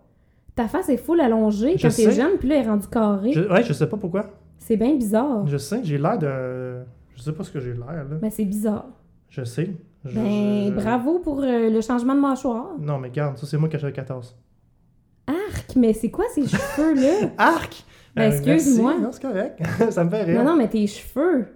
B: Ta face est full allongée
C: Je
B: quand
C: sais.
B: t'es jeune, puis là, elle est rendue carrée.
C: Je- ouais, je sais pas pourquoi.
B: C'est bien bizarre.
C: Je sais, j'ai l'air de. Je sais pas ce que j'ai l'air, là.
B: Ben, c'est bizarre.
C: Je sais. Je-
B: Ben,
C: je- je-
B: bravo pour euh, le changement de mâchoire.
C: Non, mais regarde, ça, c'est moi quand j'avais 14.
B: Arc, mais c'est quoi ces cheveux-là?
C: Arc!
B: Ben,
C: Euh, merci.
B: excuse-moi.
C: Non, c'est correct. ça me fait rire.
B: non, non, mais tes cheveux.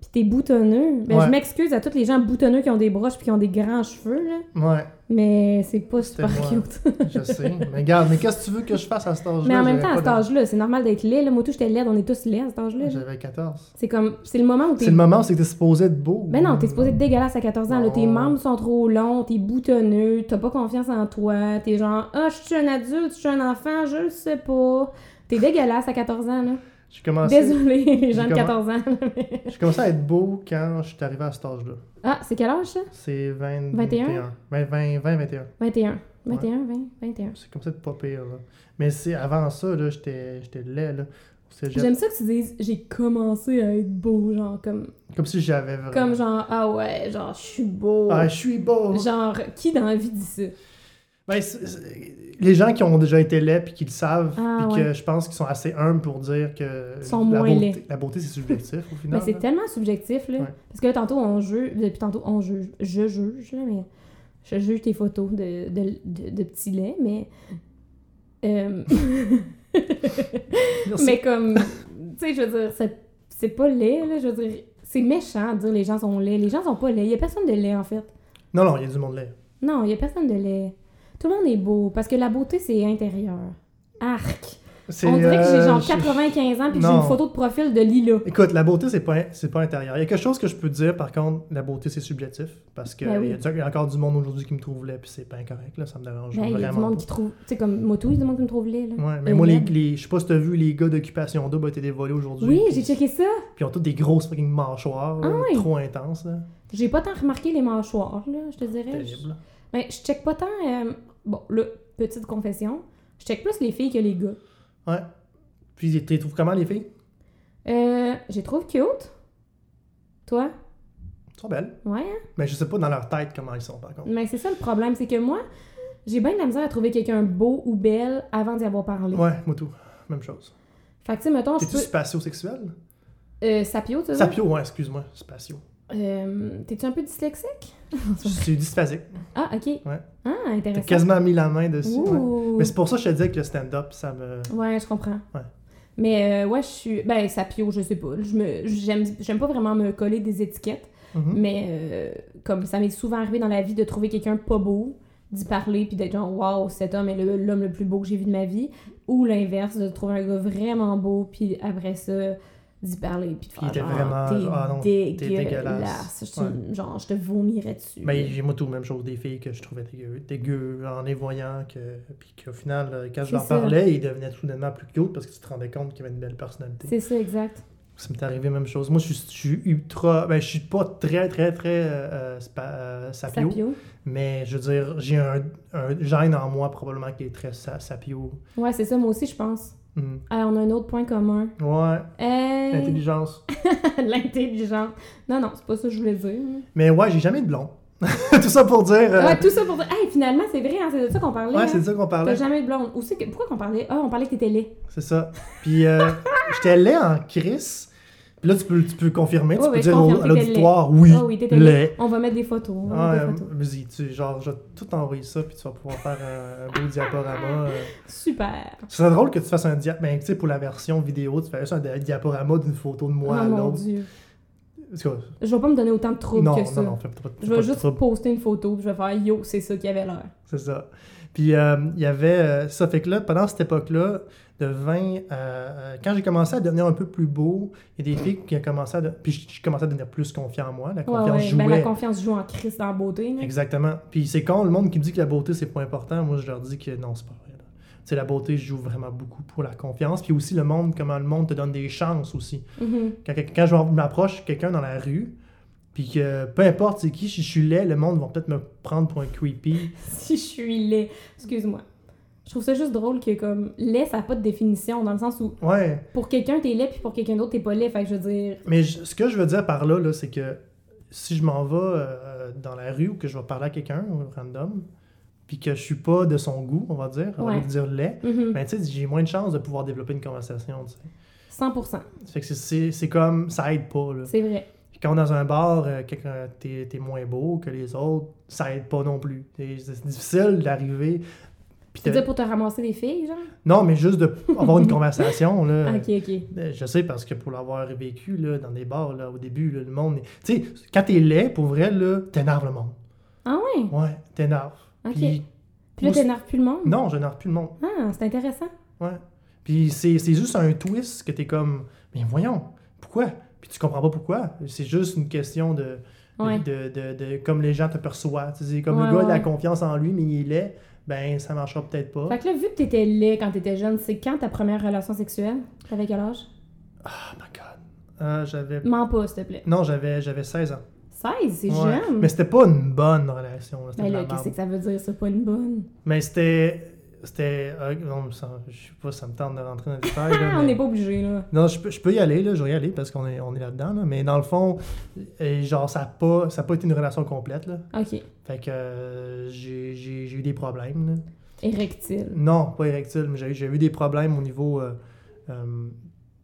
B: Puis t'es boutonneux. Ben,
C: Ouais.
B: je m'excuse à tous les gens boutonneux qui ont des broches puis qui ont des grands cheveux, là.
C: Ouais.
B: Mais c'est pas super
C: moi.
B: cute.
C: Je sais. Mais regarde, mais qu'est-ce que tu veux que je fasse à cet âge-là?
B: mais en même
C: J'avais
B: temps, à
C: pas
B: cet âge-là, c'est normal d'être laid. Là. Moi, tout, j'étais laide. On est tous laids à cet âge-là.
C: de-
B: là.
C: J'avais 14.
B: C'est comme. C'est le moment où t'es.
C: C'est le moment où c'est que t'es supposé être beau.
B: Ben non, t'es supposé être dégueulasse à 14 ans. Là, tes
C: Non.
B: membres sont trop longs, t'es boutonneux, t'as pas confiance en toi, t'es genre, ah, je suis un adulte, je suis un enfant, je le sais pas. T'es dégueulasse à 14 ans, là.
C: J'ai commencé,
B: Désolée, les gens de
C: Comment-
B: 14 ans.
C: j'ai commencé à être beau quand je suis arrivé à cet âge-là.
B: ah, c'est quel âge ça?
C: C'est 20,
B: 21?
C: 20, 20, 20, 21.
B: 21. 21, 20, 21.
C: C'est comme ça de pas pire, là. Mais c'est avant ça, là, j'étais j'étais laid, là. Au cégep.
B: J'aime ça que tu dises j'ai commencé à être beau, genre comme
C: Comme si j'avais vraiment...
B: comme genre ah ouais, genre je suis beau.
C: Ah, je suis beau!
B: Genre qui dans la vie dit ça
C: Ben, c'est- c'est- les gens qui ont déjà été laids puis qui le savent,
B: Ah,
C: puis que je pense qu'ils sont assez humbles pour dire que
B: Sont
C: la,
B: moins
C: beauté,
B: laids.
C: la beauté, c'est subjectif, au final.
B: Mais c'est
C: là.
B: tellement subjectif là
C: Ouais.
B: parce que là, tantôt on juge depuis tantôt on juge je juge là, mais je juge tes photos de de, de, de petits laits mais euh,
C: Merci.
B: Mais comme, tu sais, je veux dire, c'est- c'est pas laid, là, je veux dire, c'est méchant de dire les gens sont laids. Les gens sont pas laids. Il y a personne de laid, en fait.
C: Non, non, il y a du monde laid.
B: Non, il y a personne de laid. Tout le monde est beau, parce que la beauté, c'est intérieur. Arc!
C: C'est,
B: On dirait que j'ai
C: euh,
B: genre
C: je-
B: 95 ans puis que j'ai
C: Non.
B: une photo de profil de Lila.
C: Écoute, la beauté, c'est pas, c'est pas intérieur. Il y a quelque chose que je peux dire, par contre, la beauté, c'est subjectif. Parce que
B: Ben oui.
C: il y a du- il y a encore du monde aujourd'hui qui me trouve laid, puis c'est pas incorrect, là, ça me dérange
B: Ben, il y a du
C: vraiment.
B: monde
C: pas.
B: qui trouve... Tu sais, comme Moto, il y a du monde qui me trouve laid, là.
C: Ouais, mais
B: Et
C: moi, les,
B: laide.
C: les- je sais pas si t'as vu, les gars d'occupation double ont été dévoilés aujourd'hui.
B: Oui,
C: puis-
B: j'ai checké ça.
C: Puis ils ont toutes des grosses fucking mâchoires,
B: Ah
C: là,
B: oui.
C: trop intenses, là.
B: J'ai pas tant remarqué les mâchoires, là, je te dirais.
C: Ah, Terrible.
B: Ben, je check pas tant... euh, Bon, là, petite confession, je check plus les filles que les gars.
C: Ouais. Puis tu les trouves comment, les filles
B: Euh, je les trouve cute. Toi?
C: Elles sont belles.
B: Ouais, hein?
C: Mais je sais pas dans leur tête comment ils sont, par contre.
B: Mais c'est ça le problème, c'est que moi, j'ai bien de la misère à trouver quelqu'un beau ou belle avant d'y avoir parlé.
C: Ouais, moi tout. Même chose.
B: Fait Mm. que, tu sais, mettons, je
C: T'es-tu
B: peux.
C: spatio-sexuel
B: Euh, sapio, tu sais.
C: Sapio, ouais, excuse-moi. Spatio.
B: Euh, T'es-tu un peu dyslexique?
C: Je suis dysphasique.
B: Ah, ok.
C: Ouais.
B: Ah,
C: T'as
B: intéressant.
C: quasiment mis la main dessus. ouais.
B: Ouh.
C: Mais c'est pour ça que je te disais que le stand-up, ça me.
B: Ouais, je comprends.
C: Ouais.
B: Mais euh, ouais, je suis. Ben, sapio, je sais pas. Je me- J'aime j'aime pas vraiment me coller des étiquettes,
C: Mhm.
B: mais euh, comme ça m'est souvent arrivé dans la vie de trouver quelqu'un pas beau, d'y parler, puis d'être genre, waouh, cet homme est le- l'homme le plus beau que j'ai vu de ma vie. Ou l'inverse, de trouver un gars vraiment beau, puis après ça, d'y parler, puis de
C: Puis
B: faire
C: il était
B: genre,
C: vraiment
B: t'es
C: genre, Ah non, t'es
B: dégueulasse.
C: dégueulasse.
B: Je te- Genre, je te vomirais dessus.
C: Mais Ben, j'ai moi tout, même chose des filles que je trouvais dégueu, dégueu en les voyant. Que... Puis qu'au final, euh, quand je
B: C'est
C: leur
B: ça.
C: parlais, ils devenaient soudainement plus cute parce que tu te rendais compte qu'il y avait une belle personnalité.
B: C'est ça, exact.
C: Ça m'est arrivé même chose. Moi, je suis, je suis ultra. Ben, je suis pas très, très, très euh, euh, spa- euh, sapio,
B: Sapio.
C: Mais je veux dire, j'ai un, un gène en moi probablement qui est très sa- sapio.
B: Ouais, c'est ça, moi aussi, je pense.
C: Mhm.
B: Ah, on a un autre point commun. Euh,
C: Ouais, Ben,
B: Hey!
C: intelligence.
B: L'intelligence. Non, non, c'est pas ça que je voulais dire.
C: Mais ouais, j'ai jamais eu de blond. Tout ça pour dire. euh,
B: Ouais, tout ça pour dire. Hey, finalement, c'est vrai, hein, c'est de ça qu'on parlait.
C: ouais,
B: hein.
C: c'est de ça qu'on
B: T'as
C: parlait.
B: jamais eu de blonde. Ou c'est que... Pourquoi qu'on parlait Ah, on parlait que t'étais laid.
C: C'est ça. Puis euh, j'étais laid en crise. Puis là, tu peux, tu peux confirmer, tu
B: Ouais,
C: peux
B: ouais, je
C: dire au-
B: confirme,
C: à
B: t'étais
C: l'auditoire, oui,
B: Ah oui, t'étais laid.
C: laid.
B: On va mettre des photos. On va
C: Ah,
B: mettre des
C: euh,
B: photos.
C: vas-y, tu- genre, je vais tout envoyer ça, puis tu vas pouvoir faire un, un beau diaporama. euh.
B: Super.
C: Ce serait drôle que tu fasses un diaporama. Ben, tu sais, pour la version vidéo, tu fais juste un di- diaporama d'une photo de moi
B: oh
C: à
B: mon
C: l'autre.
B: dieu.
C: En tout cas,
B: Je vais pas me donner autant de troubles
C: Non,
B: que
C: non,
B: ça.
C: non, fais pas, fais
B: Je
C: pas
B: vais
C: de
B: juste
C: trouble.
B: poster une photo, puis je vais faire yo, c'est ça qui avait l'air.
C: C'est ça. Puis euh, il y avait euh, ça. Fait que là, pendant cette époque-là, de 20 à. euh, quand j'ai commencé à devenir un peu plus beau, il y a des filles qui ont commencé à. de- Puis je je commençais à devenir plus confiant en moi. La
B: Ouais,
C: confiance
B: ouais.
C: jouait.
B: Ben, la confiance joue en Christ dans la beauté. là.
C: Exactement. Puis c'est quand le monde qui me dit que la beauté, c'est pas important, moi je leur dis que non, c'est pas vrai. là. Tu sais, la beauté joue vraiment beaucoup pour la confiance. Puis aussi le monde, comment le monde te donne des chances aussi.
B: Mhm.
C: Quand, quand- quand je m'approche quelqu'un dans la rue, puis que peu importe c'est qui, si je suis laid, le monde va peut-être me prendre pour un creepy.
B: Si je suis laid. Excuse-moi. Je trouve ça juste drôle que, comme, laid, ça n'a pas de définition, dans le sens où
C: Ouais.
B: pour quelqu'un, t'es laid, puis pour quelqu'un d'autre, t'es pas laid. Fait que je veux dire.
C: Mais je- ce que je veux dire par là, là, c'est que si je m'en vais euh, dans la rue ou que je vais parler à quelqu'un au random, puis que je suis pas de son goût, on va dire, on va
B: Ouais.
C: lui dire laid,
B: mhm,
C: ben tu sais, j'ai moins de chances de pouvoir développer une conversation, tu sais.
B: 100%.
C: Fait que c'est- c'est c'est comme, ça aide pas, là.
B: C'est vrai.
C: Quand dans un bar, euh, quelqu'un- t'es t'es moins beau que les autres, ça aide pas non plus. Et C'est c'est difficile d'arriver... puis
B: Tu
C: de-
B: veux dire pour te ramasser des filles, genre?
C: Non, mais juste de avoir une conversation, là.
B: Ah, ok, ok.
C: Euh, Je sais parce que pour l'avoir vécu là, dans des bars là, au début, là, le monde. Tu sais, quand t'es laid, pour vrai, là, t'énerves le monde.
B: Ah ouais?
C: Ouais, t'énerves.
B: Ok.
C: Puis,
B: Puis là,
C: Moi,
B: t'énerves plus le monde?
C: non, je n'énerve plus le monde.
B: Ah, c'est intéressant.
C: Ouais. Puis c'est c'est juste un twist que t'es comme, mais voyons, pourquoi? Puis tu comprends pas pourquoi. C'est juste une question de. de-
B: Ouais.
C: De, de, de- comme les gens te perçoivent. Tu sais, comme
B: Ouais,
C: le gars il a
B: ouais.
C: confiance en lui, mais il est laid, ben ça marchera peut-être pas.
B: Fait que là, vu que t'étais laid quand t'étais jeune, c'est quand ta première relation sexuelle? T'avais quel âge?
C: Oh my god. Ah, j'avais.
B: Mens pas, s'il te plaît.
C: Non, j'avais j'avais 16 ans.
B: 16, c'est
C: Ouais.
B: jeune.
C: Mais c'était pas une bonne relation. là, c'était
B: Ben
C: de
B: là,
C: la
B: qu'est-ce
C: merde.
B: que ça veut dire, c'est pas une bonne?
C: Mais c'était. C'était. euh, non, ça- je sais pas, ça me tente de rentrer dans le détail. là,
B: Ah, on
C: mais-
B: n'est pas obligé, là.
C: Non, je peux, je peux y aller, là, je vais y aller parce qu'on est, on est là-dedans. Là, mais dans le fond, euh, genre, ça n'a pas, ça a pas été une relation complète. Là.
B: Ok.
C: Fait que euh, j'ai j'ai- j'ai eu des problèmes. là.
B: Érectile.
C: Non, pas érectile, mais j'ai j'ai eu des problèmes au niveau. euh, euh,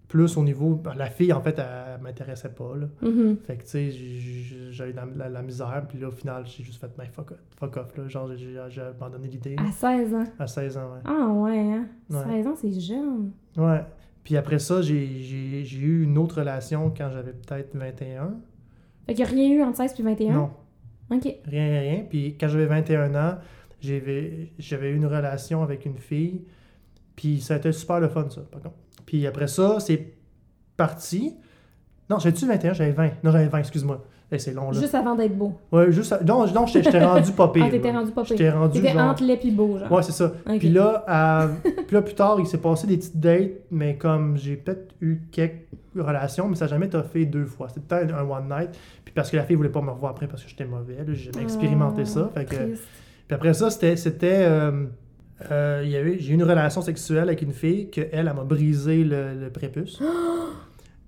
C: plus au niveau. ben, La fille, en fait, elle, m'intéressait pas. Là.
B: Mhm.
C: Fait que, tu sais, j'ai- j'ai j'ai eu de la, la- la misère. Puis là, au final, j'ai juste fait, mais fuck, off- fuck off. Là. Genre, j'ai- j'ai j'ai abandonné l'idée là,
B: À 16 ans.
C: à 16 ans. Ouais.
B: Ah ouais, hein?
C: Ouais.
B: 16 ans, c'est jeune.
C: Ouais. Puis après ça, j'ai- j'ai j'ai eu une autre relation quand j'avais peut-être 21.
B: Fait qu'il n'y a rien eu entre 16 puis 21?
C: Non,
B: Ok.
C: rien, rien, rien. Puis quand j'avais 21 ans, j'avais j'avais eu une relation avec une fille. Puis ça a été super le fun, ça, par contre. Puis après ça, c'est parti. Non, j'avais-tu 21? J'avais 20. Non, j'avais 20, excuse-moi. Hey, c'est long, là.
B: Juste avant d'être beau.
C: Ouais, juste... Non, non j'étais j'étais rendu pas pire.
B: Ah, t'étais
C: là.
B: rendu pas pire.
C: J'étais rendu
B: T'étais
C: genre-
B: entre laid pis beau, genre.
C: Ouais, c'est ça.
B: Ok.
C: Puis là, à- puis là, plus tard, il s'est passé des petites dates, mais comme j'ai peut-être eu quelques relations, mais ça n'a jamais été fait deux fois. C'était peut-être un one night, puis parce que la fille voulait pas me revoir après parce que j'étais mauvais. là, J'ai jamais expérimenté
B: Ah,
C: ça. Fait que-
B: triste.
C: Puis après ça, c'était. c'était euh, euh, il y a eu- j'ai eu une relation sexuelle avec une fille que elle, elle m'a brisé le, le prépuce.
B: Oh,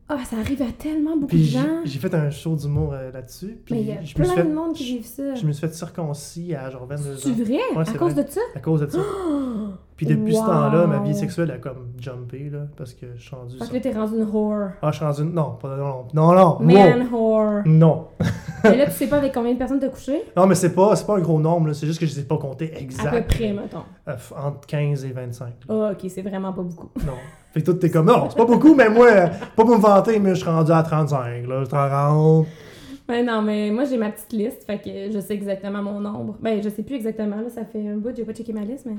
B: Ah, ça arrive à tellement beaucoup de
C: Puis j'ai
B: gens.
C: j'ai fait un show d'humour euh, là-dessus.
B: Mais
C: Puis
B: il y a
C: je me
B: plein
C: suis fait,
B: de monde qui vivent ça.
C: je me suis fait circoncis à genre 22
B: C'est
C: ans.
B: vrai?
C: Ouais,
B: à
C: c'est
B: cause
C: vrai.
B: de ça?
C: À cause de ça. Puis depuis ce temps-là, ma vie
B: Wow.
C: sexuelle a comme jumpé, là, parce que je suis rendu.
B: Parce
C: sur-
B: que là, t'es rendu une whore.
C: Ah, je suis rendu. Non, pas... non, non, non, non, wow.
B: Man whore.
C: Non.
B: Mais là, tu sais pas avec combien de personnes t'as couché?
C: Non, mais c'est pas, c'est pas un gros nombre, là, c'est juste que je ne sais pas compter
B: À peu
C: exact.
B: près, mettons.
C: Euh, f- entre 15 et 25. là.
B: Ah, ok, c'est vraiment pas beaucoup.
C: Non. Fait que toi, t'es comme, non, c'est pas beaucoup, mais moi, euh, pas pour me vanter, mais je suis rendu à 35, là, 30.
B: Mais non, mais moi, j'ai ma petite liste, fait que je sais exactement mon nombre. Ben, je sais plus exactement, là, ça fait un bout, j'ai pas checké ma liste, mais.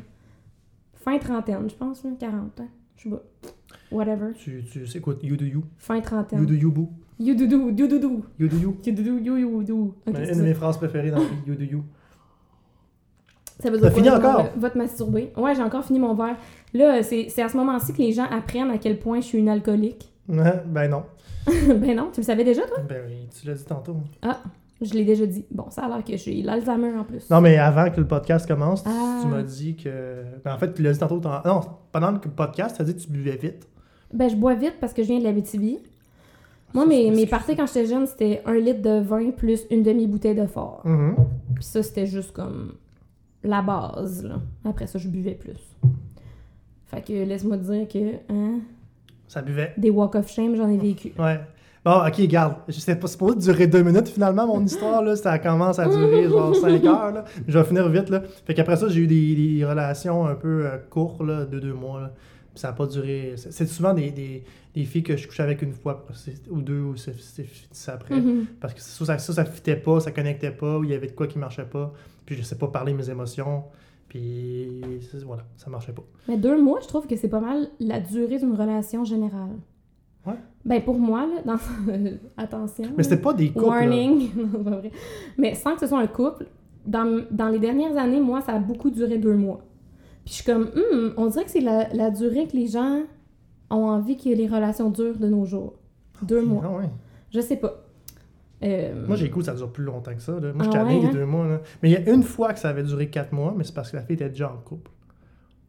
B: Fin trentaine, je pense, là, 40 ans. Je sais pas. Whatever.
C: Tu, tu sais quoi, you do you.
B: Fin
C: You
B: trentaine.
C: do you, boo.
B: You do do, you do do.
C: You do you.
B: You do do, you you do. Ok, c'est
C: Mais une de
B: ça.
C: mes phrases préférées dans la vie, you do you.
B: Ça veut
C: T'as
B: dire quoi,
C: fini
B: genre,
C: encore?
B: euh, Va te masturber. Ouais, j'ai encore fini mon verre. Là, c'est c'est à ce moment-ci que les gens apprennent à quel point je suis une alcoolique.
C: Ouais, ben non.
B: ben non, tu le savais déjà, toi?
C: Ben oui, tu l'as dit tantôt.
B: Ah. Je l'ai déjà dit. Bon, ça a l'air que j'ai l'Alzheimer en plus.
C: Non, mais avant que le podcast commence, tu-
B: Ah.
C: tu m'as dit que. ben, en fait, tu l'as dit tantôt. t'en- Non, pendant le podcast, tu as dit que tu buvais vite.
B: Ben, je bois vite parce que je viens de la BTB. Moi,
C: Ça, c'est
B: mes,
C: une
B: mes
C: excuse.
B: parties quand j'étais jeune, c'était un litre de vin plus une demi-bouteille de fort.
C: Mhm.
B: Puis ça, c'était juste comme la base, là. Après ça, je buvais plus. Fait que laisse-moi te dire que, hein,
C: Ça buvait.
B: des walk of shame, j'en ai vécu.
C: Ouais. Bon, ok, garde. C'était pas supposé durer deux minutes finalement, mon histoire. Là. Ça commence à durer genre cinq heures. Là. Je vais finir vite. Là. Fait qu'après ça, j'ai eu des, des relations un peu euh, courtes, là, de deux mois. là. Puis ça n'a pas duré. C'est c'est souvent des, des, des filles que je couchais avec une fois c'est- ou deux, ou c'est c'est- c'est après.
B: Mhm.
C: Parce que ça, ça, ça, ça fitait pas, ça connectait pas, ou il y avait de quoi qui marchait pas. Puis je sais pas parler mes émotions. Puis c'est- voilà, ça marchait pas.
B: Mais deux mois, je trouve que c'est pas mal la durée d'une relation générale.
C: Ouais.
B: Ben, pour moi, là, dans... attention. là.
C: Mais c'était pas des couples. là.
B: Warning. Non, c'est pas vrai. Mais sans que ce soit un couple, dans, dans les dernières années, moi, ça a beaucoup duré deux mois. Puis je suis comme, Hmm, on dirait que c'est la, la durée que les gens ont envie que les relations durent de nos jours. Deux mois.
C: Ah ouais.
B: Je sais pas. Euh,
C: Moi, j'ai écouté, ça dure plus longtemps que ça. là. Moi,
B: Ah
C: je suis
B: ouais,
C: des
B: hein?
C: deux mois. là. Mais il y a une fois que ça avait duré quatre mois, mais c'est parce que la fille était déjà en couple.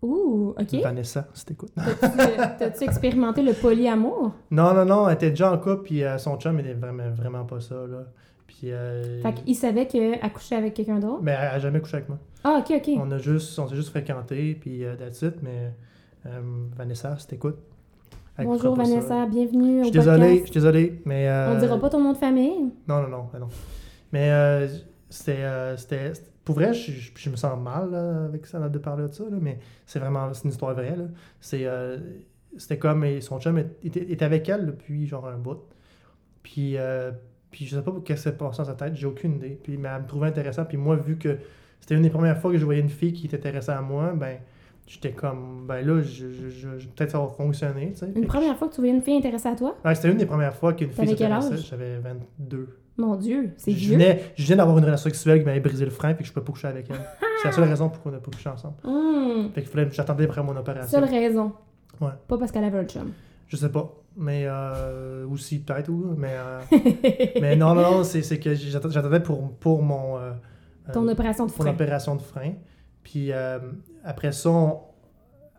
B: Ouh, OK.
C: Vanessa, si t'écoutes.
B: T'as-tu t'as-tu expérimenté le polyamour?
C: Non, non, non, elle était déjà en couple, puis euh, son chum, il est vraiment, vraiment pas ça. Là. Puis. euh,
B: Fait qu'il savait qu'elle couchait avec quelqu'un d'autre?
C: Mais elle a jamais couché avec moi.
B: Ah, OK, OK.
C: On a juste, on s'est juste fréquenté, puis euh, that's it, mais euh, Vanessa, si t'écoutes. elle
B: Bonjour,
C: écoutera pas ça.
B: Vanessa. Bienvenue
C: Je
B: au
C: suis
B: podcast.
C: désolé, je suis désolé, mais. euh,
B: On dira pas ton nom de famille?
C: Non, non, non, ben non. Mais euh, c'était, euh, c'était- c'était- Pour vrai, je, je- je me sens mal là, avec ça là, de parler de ça, là, mais c'est vraiment. C'est une histoire vraie. Là. C'est, euh, c'était comme. et Son chum était, était avec elle depuis genre un bout. Puis, euh, puis je sais pas qu'est-ce qui s'est passé dans sa tête, j'ai aucune idée. Puis mais elle me trouvait intéressant. Puis moi, vu que c'était une des premières fois que je voyais une fille qui était intéressée à moi, ben. J'étais comme, ben là, je, je- je- je- peut-être ça va fonctionner, tu sais. Fait
B: Une
C: que-
B: première fois que tu voyais une fille intéressée à toi?
C: Ouais, Ah, c'était une des premières fois qu'une fille
B: T'avais quel âge?
C: s'intéressait. J'avais 22.
B: Mon Dieu, c'est
C: Je
B: vieux.
C: venais, je venais d'avoir une relation sexuelle qui m'avait brisé le frein et que je peux pas coucher avec elle. C'est la seule raison pour qu'on n'a pas couché ensemble.
B: Hmm.
C: Fait qu'il fallait j'attendais après mon opération.
B: Seule raison.
C: Ouais.
B: Pas parce qu'elle avait un chum.
C: Je sais pas. Mais euh, aussi peut-être ou mais euh, mais non non non, c'est c'est que j'attendais j'attendais pour pour mon euh, euh,
B: Ton opération de
C: pour
B: frein.
C: l'opération de frein. Puis euh, après ça on,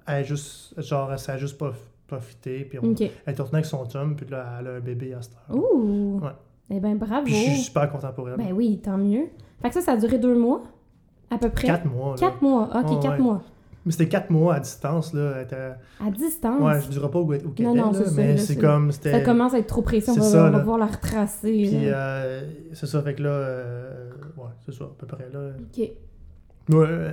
C: elle a juste genre ça a juste pas profité puis on,
B: Ok.
C: elle est retournée avec son chum puis là elle a un bébé à cette heure.
B: Ouh.
C: Ouais.
B: Eh ben bravo.
C: Puis je suis super content pour elle.
B: Ben oui, tant mieux. Fait que ça, ça a duré deux mois, à peu près.
C: Quatre mois. là.
B: Quatre mois. Ok,
C: Ouais,
B: quatre
C: ouais.
B: mois.
C: Mais c'était quatre mois à distance là. Elle était-
B: À distance.
C: Ouais, je dirais pas où, où qu'elle
B: Ah, Non,
C: était,
B: non,
C: là,
B: c'est ça,
C: mais
B: là,
C: c'est
B: c'est-
C: comme,
B: Ça
C: c'était...
B: commence à être trop pressé, on
C: C'est
B: va,
C: ça,
B: on va
C: là.
B: voir la retracer.
C: Puis,
B: là.
C: euh, c'est ça, fait que là, euh, ouais, c'est ça, à peu près, là.
B: Ok.
C: Ouais, euh,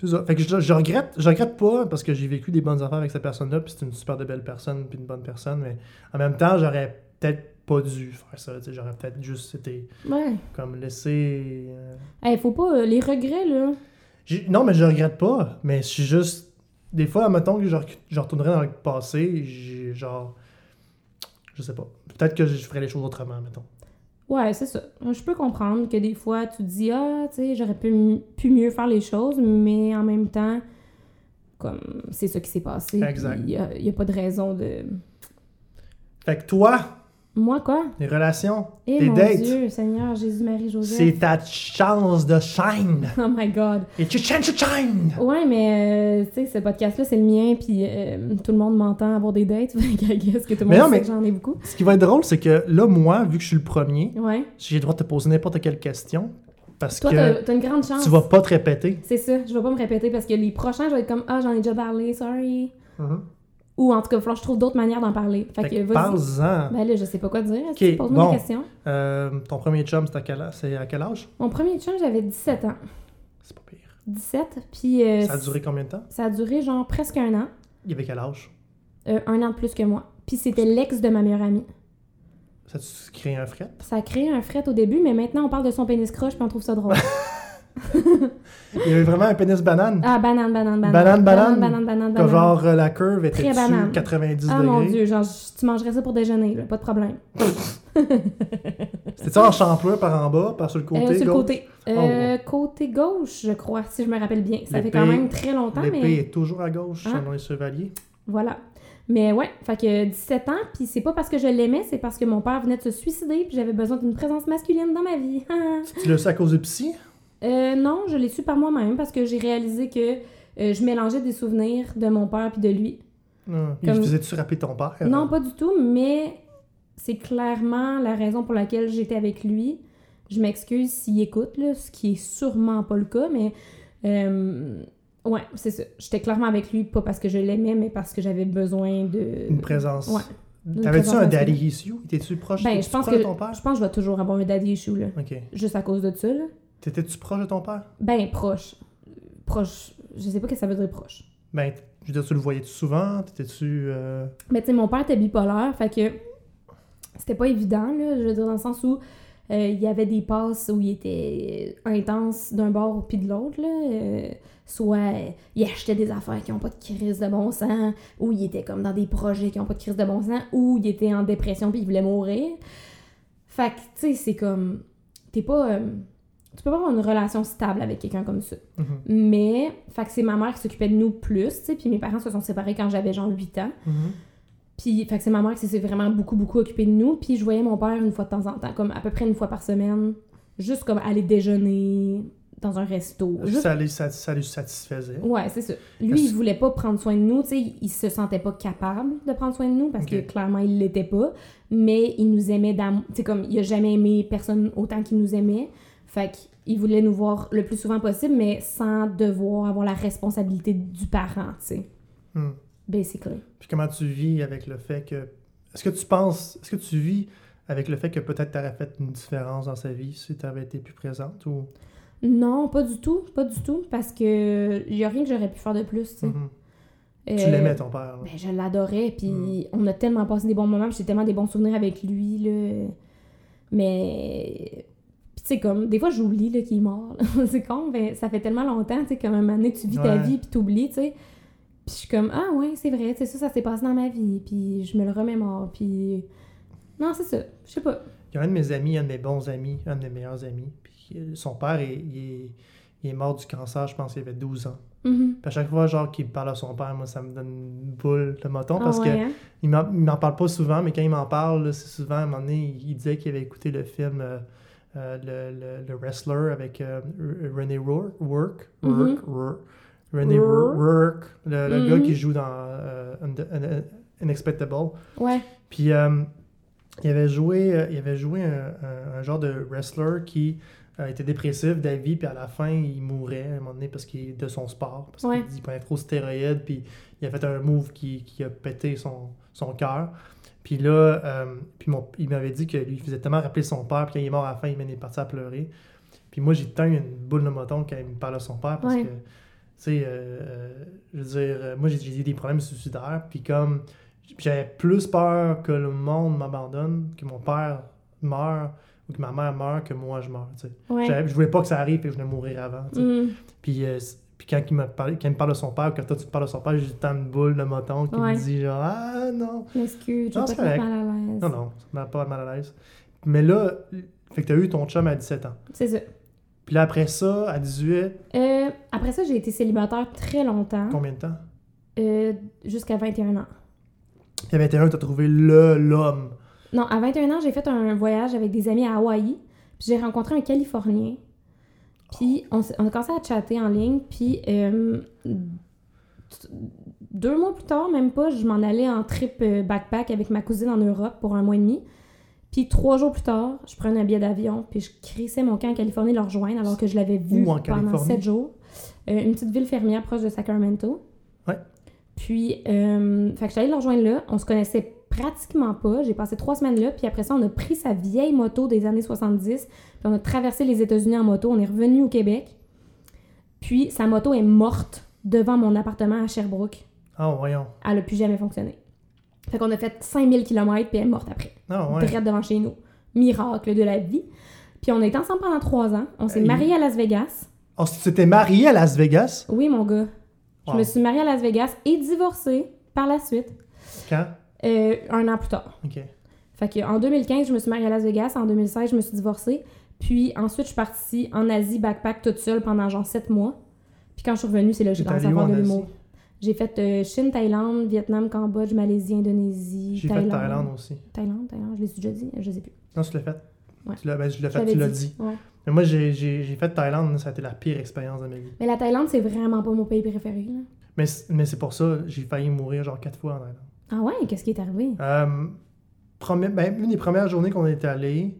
C: c'est ça. Fait que je, je regrette, je regrette pas, parce que j'ai vécu des bonnes affaires avec cette personne-là, puis c'est une super de belle personne, puis une bonne personne, mais en même temps, j'aurais peut-être pas dû faire ça, tu sais, j'aurais peut-être juste été,
B: Ouais.
C: comme, laissé... euh,
B: Eh, faut pas. euh, les regrets, là.
C: J'ai- Non, mais je regrette pas, mais je suis juste. Des fois, mettons que je, rec- je retournerais dans le passé, j'ai genre. Je sais pas. Peut-être que je ferais les choses autrement, mettons.
B: Ouais, c'est ça. Je peux comprendre que des fois, tu te dis, ah, tu sais, j'aurais pu, m- pu mieux faire les choses, mais en même temps, comme, c'est ça qui s'est passé.
C: Exact.
B: Il n'y a, y a pas de raison de.
C: Fait que toi,
B: Moi, quoi?
C: les relations,
B: Eh
C: Des
B: mon
C: dates.
B: Dieu, Seigneur, Jésus-Marie-Joseph.
C: c'est ta chance de shine.
B: Oh my God.
C: Et tu changes, tu shine!
B: Ouais, mais, euh, tu sais, ce podcast-là, c'est le mien, puis euh, tout le monde m'entend avoir des dates. Fait que I guess que tout le
C: Mais
B: monde
C: non,
B: sait
C: mais-
B: que j'en ai beaucoup.
C: Ce qui va être drôle, c'est que là, moi, vu que je suis le premier,
B: Ouais.
C: j'ai le droit de te poser n'importe quelle question. Parce
B: Toi,
C: que
B: t'as t'as une grande chance.
C: tu vas pas te répéter.
B: C'est ça, je vais pas me répéter parce que les prochains, je vais être comme, ah, j'en ai déjà parlé, sorry.
C: Mhm.
B: Ou en tout cas, il va falloir que je trouve d'autres manières d'en parler. Fait,
C: Fait
B: que
C: que
B: vas-y.
C: parle-en.
B: Ben là, je sais pas quoi dire.
C: Ok,
B: Est-ce que Pose-moi
C: bon.
B: des questions.
C: Euh, ton premier chum, c'est à quel âge? c'est à quel âge?
B: Mon premier chum, j'avais 17 ans.
C: C'est pas pire.
B: 17, puis... euh,
C: Ça a duré combien de temps?
B: ça a duré genre presque un an.
C: Il avait quel âge?
B: Euh, un an de plus que moi. Puis c'était l'ex de ma meilleure amie.
C: Ça tu créé un fret?
B: Ça a créé un fret au début, mais maintenant on parle de son pénis croche puis on trouve ça drôle.
C: Il y avait vraiment un pénis banane.
B: Ah, banane, banane, banane.
C: Banane, banane.
B: Banane, banane,
C: Comme
B: banane.
C: genre euh, la curve était
B: Très
C: dessus
B: banane.
C: 90
B: Ah
C: degrés.
B: mon dieu, genre je- tu mangerais ça pour déjeuner, là, pas de problème.
C: C'était ça en champleur par en bas, par sur le côté.
B: Euh, sur le
C: gauche? Oh,
B: côté. Euh, Côté gauche, je crois, si je me rappelle bien. Ça fait quand
C: L'épée-
B: même très longtemps,
C: L'épée
B: mais
C: est toujours à gauche
B: Hein?
C: selon les chevaliers.
B: voilà. Mais ouais, fait que 17 ans, puis c'est pas parce que je l'aimais, c'est parce que mon père venait de se suicider, puis j'avais besoin d'une présence masculine dans ma vie.
C: Tu le sais à cause de psy?
B: Euh, non, je l'ai su par moi-même parce que j'ai réalisé que euh, je mélangeais des souvenirs de mon père puis de lui.
C: Non.
B: Comme-
C: Il faisait-tu rapper ton père?
B: Non, pas du tout, mais c'est clairement la raison pour laquelle j'étais avec lui. Je m'excuse s'il écoute, là, ce qui est sûrement pas le cas, mais euh, ouais, c'est ça. J'étais clairement avec lui, pas parce que je l'aimais, mais parce que j'avais besoin de.
C: Une présence.
B: Ouais. d'une
C: T'avais-tu
B: présence
C: un daddy
B: masculine.
C: issue? Étais-tu proche,
B: Ben,
C: t'étais-tu
B: je pense,
C: proche
B: que,
C: de ton père?
B: je pense que je vais toujours avoir un daddy issue, là.
C: Ok.
B: Juste à cause de ça, là.
C: T'étais-tu proche de ton père?
B: Ben, proche. Proche. Je sais pas ce que ça veut dire proche.
C: Ben, t- je veux dire, tu le voyais-tu souvent? T'étais-tu. euh,
B: Mais tu sais, mon père était bipolaire, fait que c'était pas évident, là, je veux dire, dans le sens où euh, il y avait des passes où il était euh, intense d'un bord puis de l'autre, là. euh, soit euh, il achetait des affaires qui n'ont pas de crise de bon sens, ou il était comme dans des projets qui n'ont pas de crise de bon sens, ou il était en dépression puis il voulait mourir. Fait que, tu sais, c'est comme. T'es pas. euh, tu peux pas avoir une relation stable avec quelqu'un comme ça.
C: mhm,
B: Mais, fait que c'est ma mère qui s'occupait de nous plus, tu sais, puis mes parents se sont séparés quand j'avais genre 8 ans.
C: mhm.
B: Puis, fait que c'est ma mère qui s'est vraiment beaucoup, beaucoup occupée de nous. Puis, je voyais mon père une fois de temps en temps, comme à peu près une fois par semaine, juste comme aller déjeuner dans un resto. Juste...
C: Ah, Ça, les, ça, ça les satisfaisait.
B: Ouais, c'est ça. Lui,
C: Est-ce-
B: il voulait pas prendre soin de nous, tu sais, il se sentait pas capable de prendre soin de nous parce
C: Ok.
B: que clairement, il l'était pas. Mais il nous aimait d'amour. Tu sais, comme il a jamais aimé personne autant qu'il nous aimait. Fait qu'il voulait nous voir le plus souvent possible, mais sans devoir avoir la responsabilité du parent, tu sais,
C: Hmm.
B: basically.
C: Puis comment tu vis avec le fait que. Est-ce que tu penses. Est-ce que tu vis avec le fait que peut-être tu aurais fait une différence dans sa vie si tu avais été plus présente ou.
B: Non, pas du tout, pas du tout, parce que il y a rien que j'aurais pu faire de plus. Tu sais.
C: Mhm.
B: Euh,
C: Tu l'aimais ton père. là.
B: Ben, je l'adorais, puis
C: Mm.
B: on a tellement passé des bons moments, puis j'ai tellement des bons souvenirs avec lui, là. Mais, puis tu sais, comme, des fois, j'oublie, là, qu'il est mort, là. C'est con, mais ça fait tellement longtemps, tu sais, comme, un moment donné, tu vis ta
C: Ouais.
B: vie, puis t'oublies, tu sais. Puis je suis comme, ah ouais, c'est vrai, tu sais, ça, ça s'est passé dans ma vie, puis je me le remémore, puis... Non, c'est ça, je sais pas.
C: Il y a un de mes amis, un de mes bons amis, un de mes meilleurs amis. Puis euh, son père, est- il, est, il est mort du cancer, je pense qu'il avait 12 ans.
B: Mhm.
C: Puis à chaque fois, genre, qu'il me parle à son père, moi, ça me donne une boule de moton
B: Ah
C: parce
B: ouais, hein?
C: qu'il m'en il m'en parle pas souvent, mais quand il m'en parle, là, c'est souvent, à un moment donné, il, il disait qu'il avait écouté le film euh, euh, le, le- le Wrestler avec euh, R- René Rourke. Rourke,
B: Mhm.
C: Rourke, Rourke. René Rourke, Rourke, le, le gars
B: Mhm.
C: qui joue dans euh, Und- Un- Un- Unexpectable.
B: Ouais.
C: Puis euh, il avait joué, euh, il avait joué un, un- un genre de wrestler qui euh, était dépressif d'avis, puis à la fin, il mourait à un moment donné parce qu'il de son sport. Parce
B: Ouais.
C: qu'il prenait trop de stéroïdes, puis il a fait un move qui, qui a pété son, son cœur. Puis là, euh, puis mon- il m'avait dit que lui, il faisait tellement rappeler son père, puis quand il est mort à la fin, il m'est parti à pleurer. Puis moi, j'ai teint une boule de moton quand il me parle de son père, parce
B: Ouais.
C: que, tu sais, euh, euh, je veux dire, euh, moi, j'ai- j'ai des problèmes suicidaires, puis comme j'avais plus peur que le monde m'abandonne, que mon père meure ou que ma mère meure que moi je meure. tu sais.
B: Ouais.
C: J'avais- Je voulais pas que ça arrive et que je voulais mourir avant. tu sais.
B: Mm.
C: Puis, euh, c- puis quand, il me parle, quand il me parle de son père, quand toi tu me parles de son père, j'ai tant de boule de moton qui
B: Ouais.
C: me dit genre Ah non,
B: Je m'excuse, je vais
C: Non,
B: pas
C: c'est
B: te mettre
C: correct.
B: mal à l'aise.
C: non, non, ça m'a pas mal à l'aise. Mais là, fait que t'as eu ton chum à 17 ans.
B: C'est ça.
C: Puis là après ça, à 18,
B: Euh, après ça, j'ai été célibataire très longtemps,
C: combien de temps?
B: euh, jusqu'à 21 ans.
C: Puis à 21, t'as trouvé le l'homme.
B: Non, à 21 ans, j'ai fait un voyage avec des amis à Hawaï, puis j'ai rencontré un Californien. Puis on, s'est- on a commencé à chatter en ligne, puis euh, t- deux mois plus tard, même pas, je m'en allais en trip euh, backpack avec ma cousine en Europe pour un mois et demi. Puis trois jours plus tard, je prenais un billet d'avion, puis je crissais mon camp en Californie le rejoindre alors que je l'avais vu
C: Où en
B: pendant
C: Californie?
B: sept jours. Euh, une petite ville fermière proche de Sacramento.
C: Ouais.
B: Puis, euh, fait que j'allais le rejoindre là. On se connaissait pratiquement pas. J'ai passé trois semaines là. Puis après ça, on a pris sa vieille moto des années 70. Puis on a traversé les États-Unis en moto. On est revenu au Québec. Puis sa moto est morte devant mon appartement à Sherbrooke.
C: Ah voyons.
B: Elle a plus jamais fonctionné. Fait qu'on a fait 5000 km puis elle est morte après.
C: Ah ouais.
B: Direct devant chez nous. Miracle de la vie. Puis on a été ensemble pendant trois ans. On s'est
C: Hey.
B: mariés à Las Vegas.
C: Oh, tu t'es marié à Las Vegas?
B: Oui, mon gars. Je
C: Wow.
B: me suis mariée à Las Vegas et divorcée par la suite,
C: Quand?
B: euh, un an plus tard.
C: Ok.
B: Fait que en 2015, je me suis mariée à Las Vegas. En 2016, je me suis divorcée. Puis ensuite, je suis partie en Asie backpack toute seule pendant genre sept mois. Puis quand je suis revenue, c'est là que j'ai
C: T'es
B: commencé à
C: allé où
B: faire
C: en
B: de
C: Asie?
B: l'humour. J'ai fait euh, Chine, Thaïlande, Vietnam, Cambodge, Malaisie, Indonésie,
C: J'ai fait Thaïlande aussi.
B: Thaïlande, Thaïlande, je l'ai déjà dit, je sais plus.
C: Non, tu l'as fait.
B: Ouais.
C: Tu l'as, ben, je l'ai
B: Je
C: fait,
B: l'avais
C: tu l'as dit.
B: Ouais.
C: Mais moi, j'ai, j'ai- j'ai fait Thaïlande, ça a été la pire expérience de ma vie.
B: Mais la Thaïlande, c'est vraiment pas mon pays préféré. là.
C: Mais, c- mais c'est pour ça, j'ai failli mourir genre quatre fois en Thaïlande.
B: Ah ouais, qu'est-ce qui est arrivé?
C: Euh, premi- ben, une des premières journées qu'on est allé,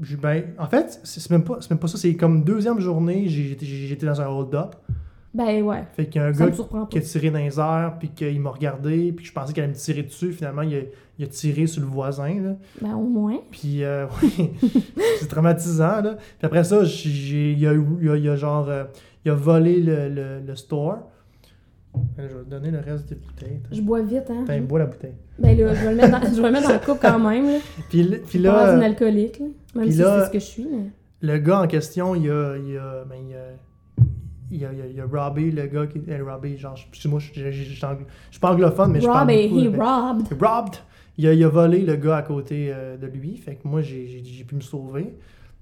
C: j'ai- ben, en fait, c'est c'est même, pas- c'est même pas ça, c'est comme deuxième journée, j'ai- j'étais j'étais dans un hold-up.
B: Ben ouais,
C: Fait qu'il y a un
B: ça
C: gars
B: me surprend
C: qui
B: pas.
C: a tiré dans les airs, puis qu'il m'a regardé, puis que je pensais qu'il allait me tirer dessus. Finalement, il a, il a tiré sur le voisin, là.
B: Ben au moins.
C: Puis, euh, oui, c'est traumatisant, là. Puis après ça, j'ai- j'ai- il a, eu- il a- il a genre, euh, il a volé le, le- le store. Euh, Je vais te donner le reste des bouteilles.
B: Je bois vite, hein.
C: Putain, bois la bouteille.
B: Ben là, je vais le mettre dans, je vais le mettre dans le coupe quand même. Là.
C: Puis, l- puis
B: Je suis pas
C: là,
B: dans
C: euh,
B: une alcoolique, là. même
C: puis
B: si
C: là-
B: c'est ce que je suis. mais-
C: le gars en question, il a, il a, ben, il a- il a- il a- il a robé le gars qui... eh, robé, genre, je- excuse-moi, je je- je- je suis anglo- je suis pas anglophone, mais je parle
B: Rob et
C: beaucoup, ben,
B: he
C: mais-
B: robbed.
C: robbed. Il a, il a volé le gars à côté euh, de lui. Fait que moi, j'ai- j'ai j'ai pu me sauver.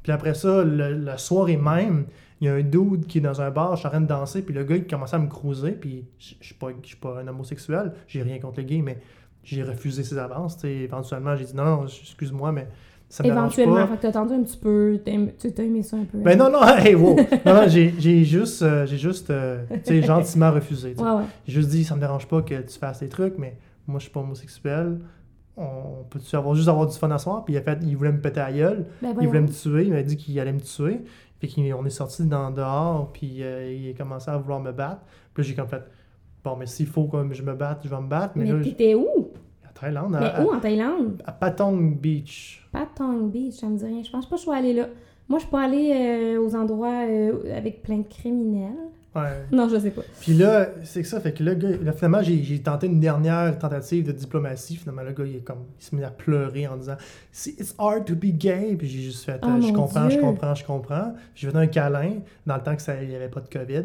C: Puis après ça, le- la soirée même, il y a un dude qui est dans un bar, je suis en train de danser, puis le gars, il commençait à me cruiser, puis je je suis pas, je suis pas un homosexuel, j'ai rien contre les gays, mais j'ai refusé ses avances. tu sais. Éventuellement, j'ai dit non, non, excuse-moi, mais ça me dérange
B: Éventuellement,
C: pas.
B: fait que t'as attendu un petit peu, t'aimes- tu t'as aimé ça un peu.
C: Ben
B: hein.
C: non, non, hey, wow. Non, non, j'ai j'ai juste, euh, j'ai juste euh, tu sais, gentiment refusé. tu sais.
B: Ouais, ouais.
C: J'ai juste dit, ça me dérange pas que tu fasses des trucs, mais moi, je suis pas homosexuel. On peut-tu avoir, juste avoir du fun à soir? Puis il, a fait, il voulait me péter à gueule.
B: Ben
C: Il
B: voyons.
C: voulait me tuer. Il m'a dit qu'il allait me tuer. Puis qu'il- on est sorti dans dehors. Puis euh, il a commencé à vouloir me battre. Puis là, j'ai comme fait, bon, mais s'il faut que je me batte, je vais me battre. Mais,
B: Mais
C: là, je- Ah,
B: t'étais où?
C: à Thaïlande, à,
B: Mais
C: à-
B: où en Thaïlande?
C: à Patong Beach.
B: Patong Beach, ça me dit rien. Je pense pas que je suis allée là. Moi, je suis pas allée euh, aux endroits euh, avec plein de criminels.
C: Ouais.
B: Non, je sais pas.
C: Puis là, c'est que ça, fait que le gars, là, finalement, j'ai, j'ai tenté une dernière tentative de diplomatie. Finalement, le gars, il, est comme, il se met à pleurer en disant C'est- It's hard to be gay. Puis j'ai juste fait
B: Oh,
C: euh, Je
B: mon
C: comprends, je
B: Dieu.
C: comprends, je comprends. Puis j'ai fait un câlin dans le temps que ça, il n'y avait pas de COVID.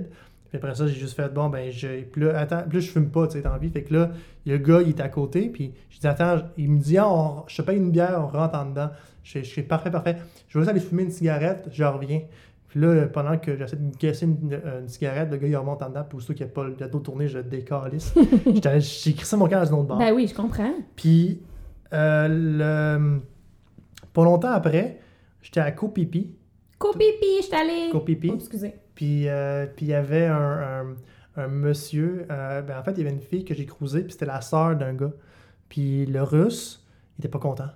C: Puis après ça, j'ai juste fait Bon, ben, je. Puis là, attends, puis là, je fume pas, tu sais, t'as envie. Fait que là, le gars, il est à côté. Puis je dis Attends, il me dit Ah, on- Je te paye une bière, on rentre en dedans. Je je suis parfait, parfait. Je vais juste aller fumer une cigarette, je reviens. Puis là, pendant que j'essaie de casser une, une cigarette, le gars il remonte en dedans, puis aussitôt qu'il n'y a pas le dos tourné, je le décalisse. J'étais allé- J'ai crissé mon camp dans une autre barre.
B: Ben oui, je comprends.
C: Puis, euh, le... pas longtemps après, j'étais à Copipi.
B: Copipi, je suis allée.
C: Copipi.
B: Oh, excusez.
C: Puis euh, puis il y avait un, un- un monsieur. euh, ben, en fait, il y avait une fille que j'ai cruisée, puis c'était la sœur d'un gars. Puis le russe, il était pas content.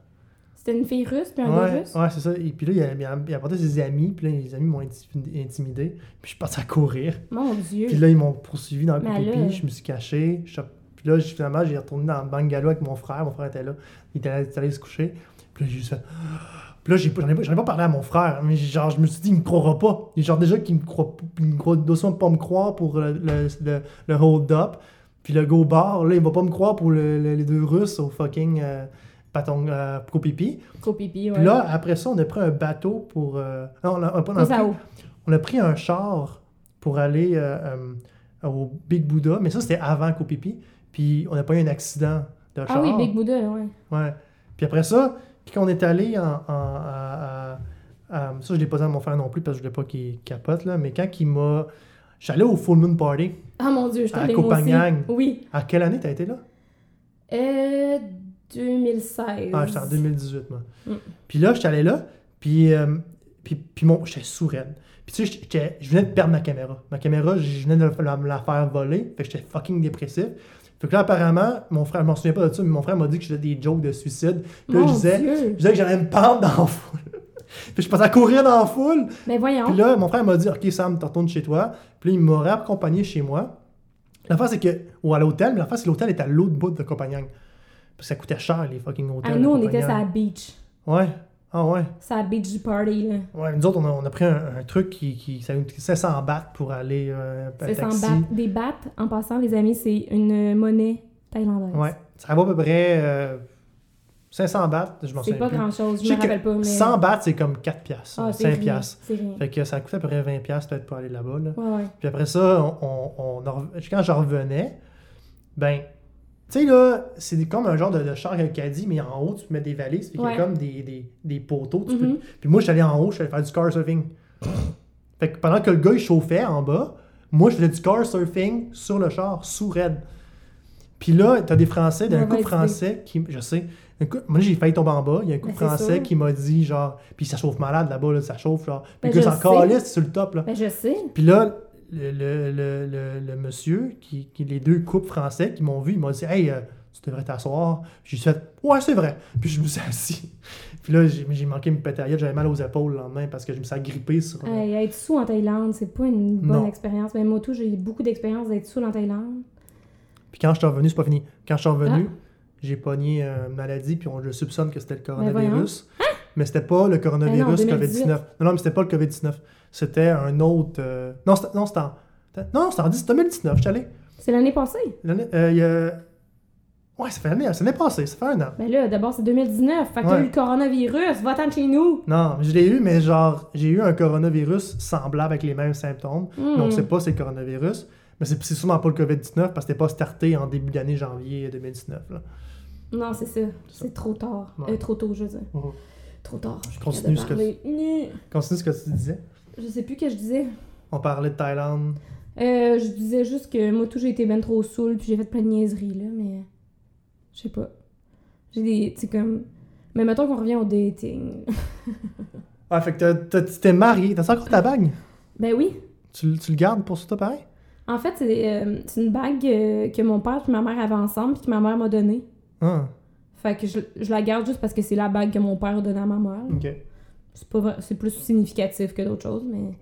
B: C'était une fille russe puis un gars
C: Ouais,
B: russe.
C: ouais c'est ça. Et puis là, il a, il a- il a apporté ses amis, puis là, les amis m'ont intimidé, intimidé, puis je suis parti à courir.
B: Mon Dieu.
C: Puis là, ils m'ont poursuivi dans le
B: Mais
C: coupé,
B: là-
C: puis je me suis caché. Je- Puis là, j'ai- finalement, j'ai retourné dans le bungalow avec mon frère. Mon frère était là. Il était allé, il était allé se coucher. Puis là, j'ai juste fait... Puis là, j'ai pas- j'en ai, pas- j'en ai pas parlé à mon frère, mais j'ai- genre, je me suis dit, il me croira pas. Il est genre déjà qu'il me croit, p- il me croit dossier pas me croire pour le, le, le- le hold-up. Puis le go-bar, là, il va pas me croire pour le- le- les deux Russes au fucking euh, paton, euh, pipi.
B: Copipi, ouais.
C: Puis là, après ça, on a pris un bateau pour... euh, non, on a, on a- on a pris-
B: Kozao.
C: on a pris un char pour aller euh, euh, au Big Buddha, mais ça c'était avant Copipi. Puis on n'a pas eu un accident de
B: Ah
C: char.
B: oui, Big Buddha, là, ouais.
C: Ouais. Puis après ça, quand on est allé en. en- à- à- à- ça, je l'ai pas dit à mon frère non plus parce que je voulais pas qu'il capote, là. Mais quand il m'a. J'allais au Full Moon Party.
B: Ah mon Dieu, je suis
C: À
B: allée moi aussi.
C: Copenhague.
B: Oui.
C: À quelle année t'as été là
B: Euh, 2016.
C: Ah, j'étais en 2018, moi.
B: Mm.
C: Puis là, j'étais allé là, puis, euh, puis, puis mon, j'étais souraine. Puis tu sais, j'étais- je venais de perdre ma caméra. Ma caméra, je venais de la- me la faire voler, fait que j'étais fucking dépressif. Fait que là, apparemment, mon frère, je m'en souviens pas de ça, mais mon frère m'a dit que je faisais des jokes de suicide. Puis là,
B: Mon
C: je disais,
B: Dieu.
C: je disais que j'allais me pendre dans la foule. puis je passais à courir dans la foule.
B: Mais voyons.
C: Puis là, mon frère m'a dit, OK, Sam, tu retournes chez toi. Puis là, il m'a accompagné chez moi. L'affaire, c'est que, ou à l'hôtel, mais l'affaire, c'est que l'hôtel est à l'autre bout de Copenhague. Parce que ça coûtait cher, les fucking hôtels.
B: à
C: de
B: Ah, nous, on était
C: Copenhague.
B: sur la beach.
C: Ouais. Ah ouais.
B: Sur la beach du party, là.
C: Ouais, nous autres, on a, on a pris un, un truc qui, qui ça nous coûtait 700 bahts pour aller euh, par
B: C'est sans
C: taxi.
B: baht. Des bahts, en passant, les amis, c'est une euh, monnaie thaïlandaise.
C: Ouais. Ça vaut à peu près euh, 500 bahts, je m'en
B: C'est
C: souviens
B: pas
C: plus.
B: grand-chose,
C: Je
B: je
C: sais
B: me
C: que
B: rappelle pas, mais...
C: 100 bahts, c'est comme 4 piastres,
B: Ah, c'est
C: 5
B: rien,
C: piastres.
B: C'est rien.
C: Fait que ça coûtait à peu près 20 piastres peut-être pour aller là-bas. Là.
B: Ouais, ouais.
C: Puis après ça, on, on- on en rev- quand je revenais, ben, tu sais là, c'est comme un genre de, de char avec un caddie, mais en haut, tu mets des valises, puis il y
B: Ouais.
C: a comme des, des, des poteaux. tu peux-
B: Mhm.
C: Puis moi, je suis allé en haut, je suis allé faire du car surfing. fait que pendant que le gars, il chauffait en bas, Moi, je faisais du car surfing sur le char, sous raide. Puis là, t'as des Français, d'un
B: Mauvaise
C: couple
B: idée.
C: français qui. Je sais. Un couple- moi, j'ai failli tomber en bas. Il y a un couple
B: Ben, c'est
C: français
B: sûr.
C: qui m'a dit, genre. Puis ça chauffe malade là-bas, là, ça chauffe, genre. Puis
B: Ben,
C: que
B: je
C: c'est
B: le
C: encore
B: sais.
C: lisse sur le top, là.
B: Ben, je sais.
C: Puis là, le, le- le- le- le monsieur, qui, qui- les deux couples français qui m'ont vu, il m'a dit Hey, euh, tu devrais t'asseoir. J'ai fait Ouais, c'est vrai. Puis je me suis assis. Puis là, j'ai j'ai manqué me péter la gueule. j'avais mal aux épaules le lendemain parce que je me suis agrippé sur. euh, le-
B: Hey, être sous en Thaïlande, c'est pas une bonne
C: Non.
B: expérience. Mais moi, tout, j'ai eu beaucoup d'expérience d'être sous en Thaïlande.
C: Puis quand je suis revenu, c'est pas fini. Quand je suis
B: Ah.
C: revenu, j'ai pogné euh, une maladie, puis on, je soupçonne que c'était le coronavirus. Mais c'était pas le coronavirus
B: Ben non, 2018.
C: COVID-19. Non, non, mais c'était pas le COVID-19. C'était un autre. euh, Non, c'était non, c'était en. Non, c'était en 10 2019, je suis allé.
B: C'est l'année passée.
C: L'année- euh, il y a- Ouais, ça fait l'année, ça l'année passée, ça fait un an.
B: Ben là, d'abord, c'est 2019. Fait que
C: Ouais.
B: t'as eu le coronavirus. Va-t'en de chez nous.
C: Non, je l'ai eu, mais genre, j'ai eu un coronavirus semblable avec les mêmes symptômes.
B: Hmm.
C: Donc, c'est pas c'est le coronavirus, mais c'est c'est sûrement pas le COVID-19 parce que t'es pas starté en début d'année janvier 2019. là.
B: Non, c'est ça. C'est trop tard.
C: Ouais.
B: Euh, trop tôt, je veux dire.
C: Mhm.
B: Trop tard. Je suis capable
C: Continue
B: de
C: ce
B: parler.
C: Continue ce que tu disais.
B: Je sais plus que je disais.
C: On parlait de Thaïlande.
B: Euh, je disais juste que moi, tout, j'ai été ben trop saoule, puis j'ai fait plein de niaiseries, là, mais. Je sais pas. J'ai des. Tu sais, comme. Mais mettons qu'on revient au dating.
C: Ah, fait que t'as- t'as- tu t'es marié. T'as encore ta bague?
B: ben oui.
C: Tu, le- tu le gardes pour ça, toi, pareil?
B: En fait, c'est euh, c'est une bague euh, que mon père et ma mère avaient ensemble, puis que ma mère m'a donnée.
C: Ah,
B: Fait que je, je la garde juste parce que c'est la bague que mon père a donnée à ma mère. là.
C: ok.
B: C'est pas vrai- c'est plus significatif que d'autres choses, mais.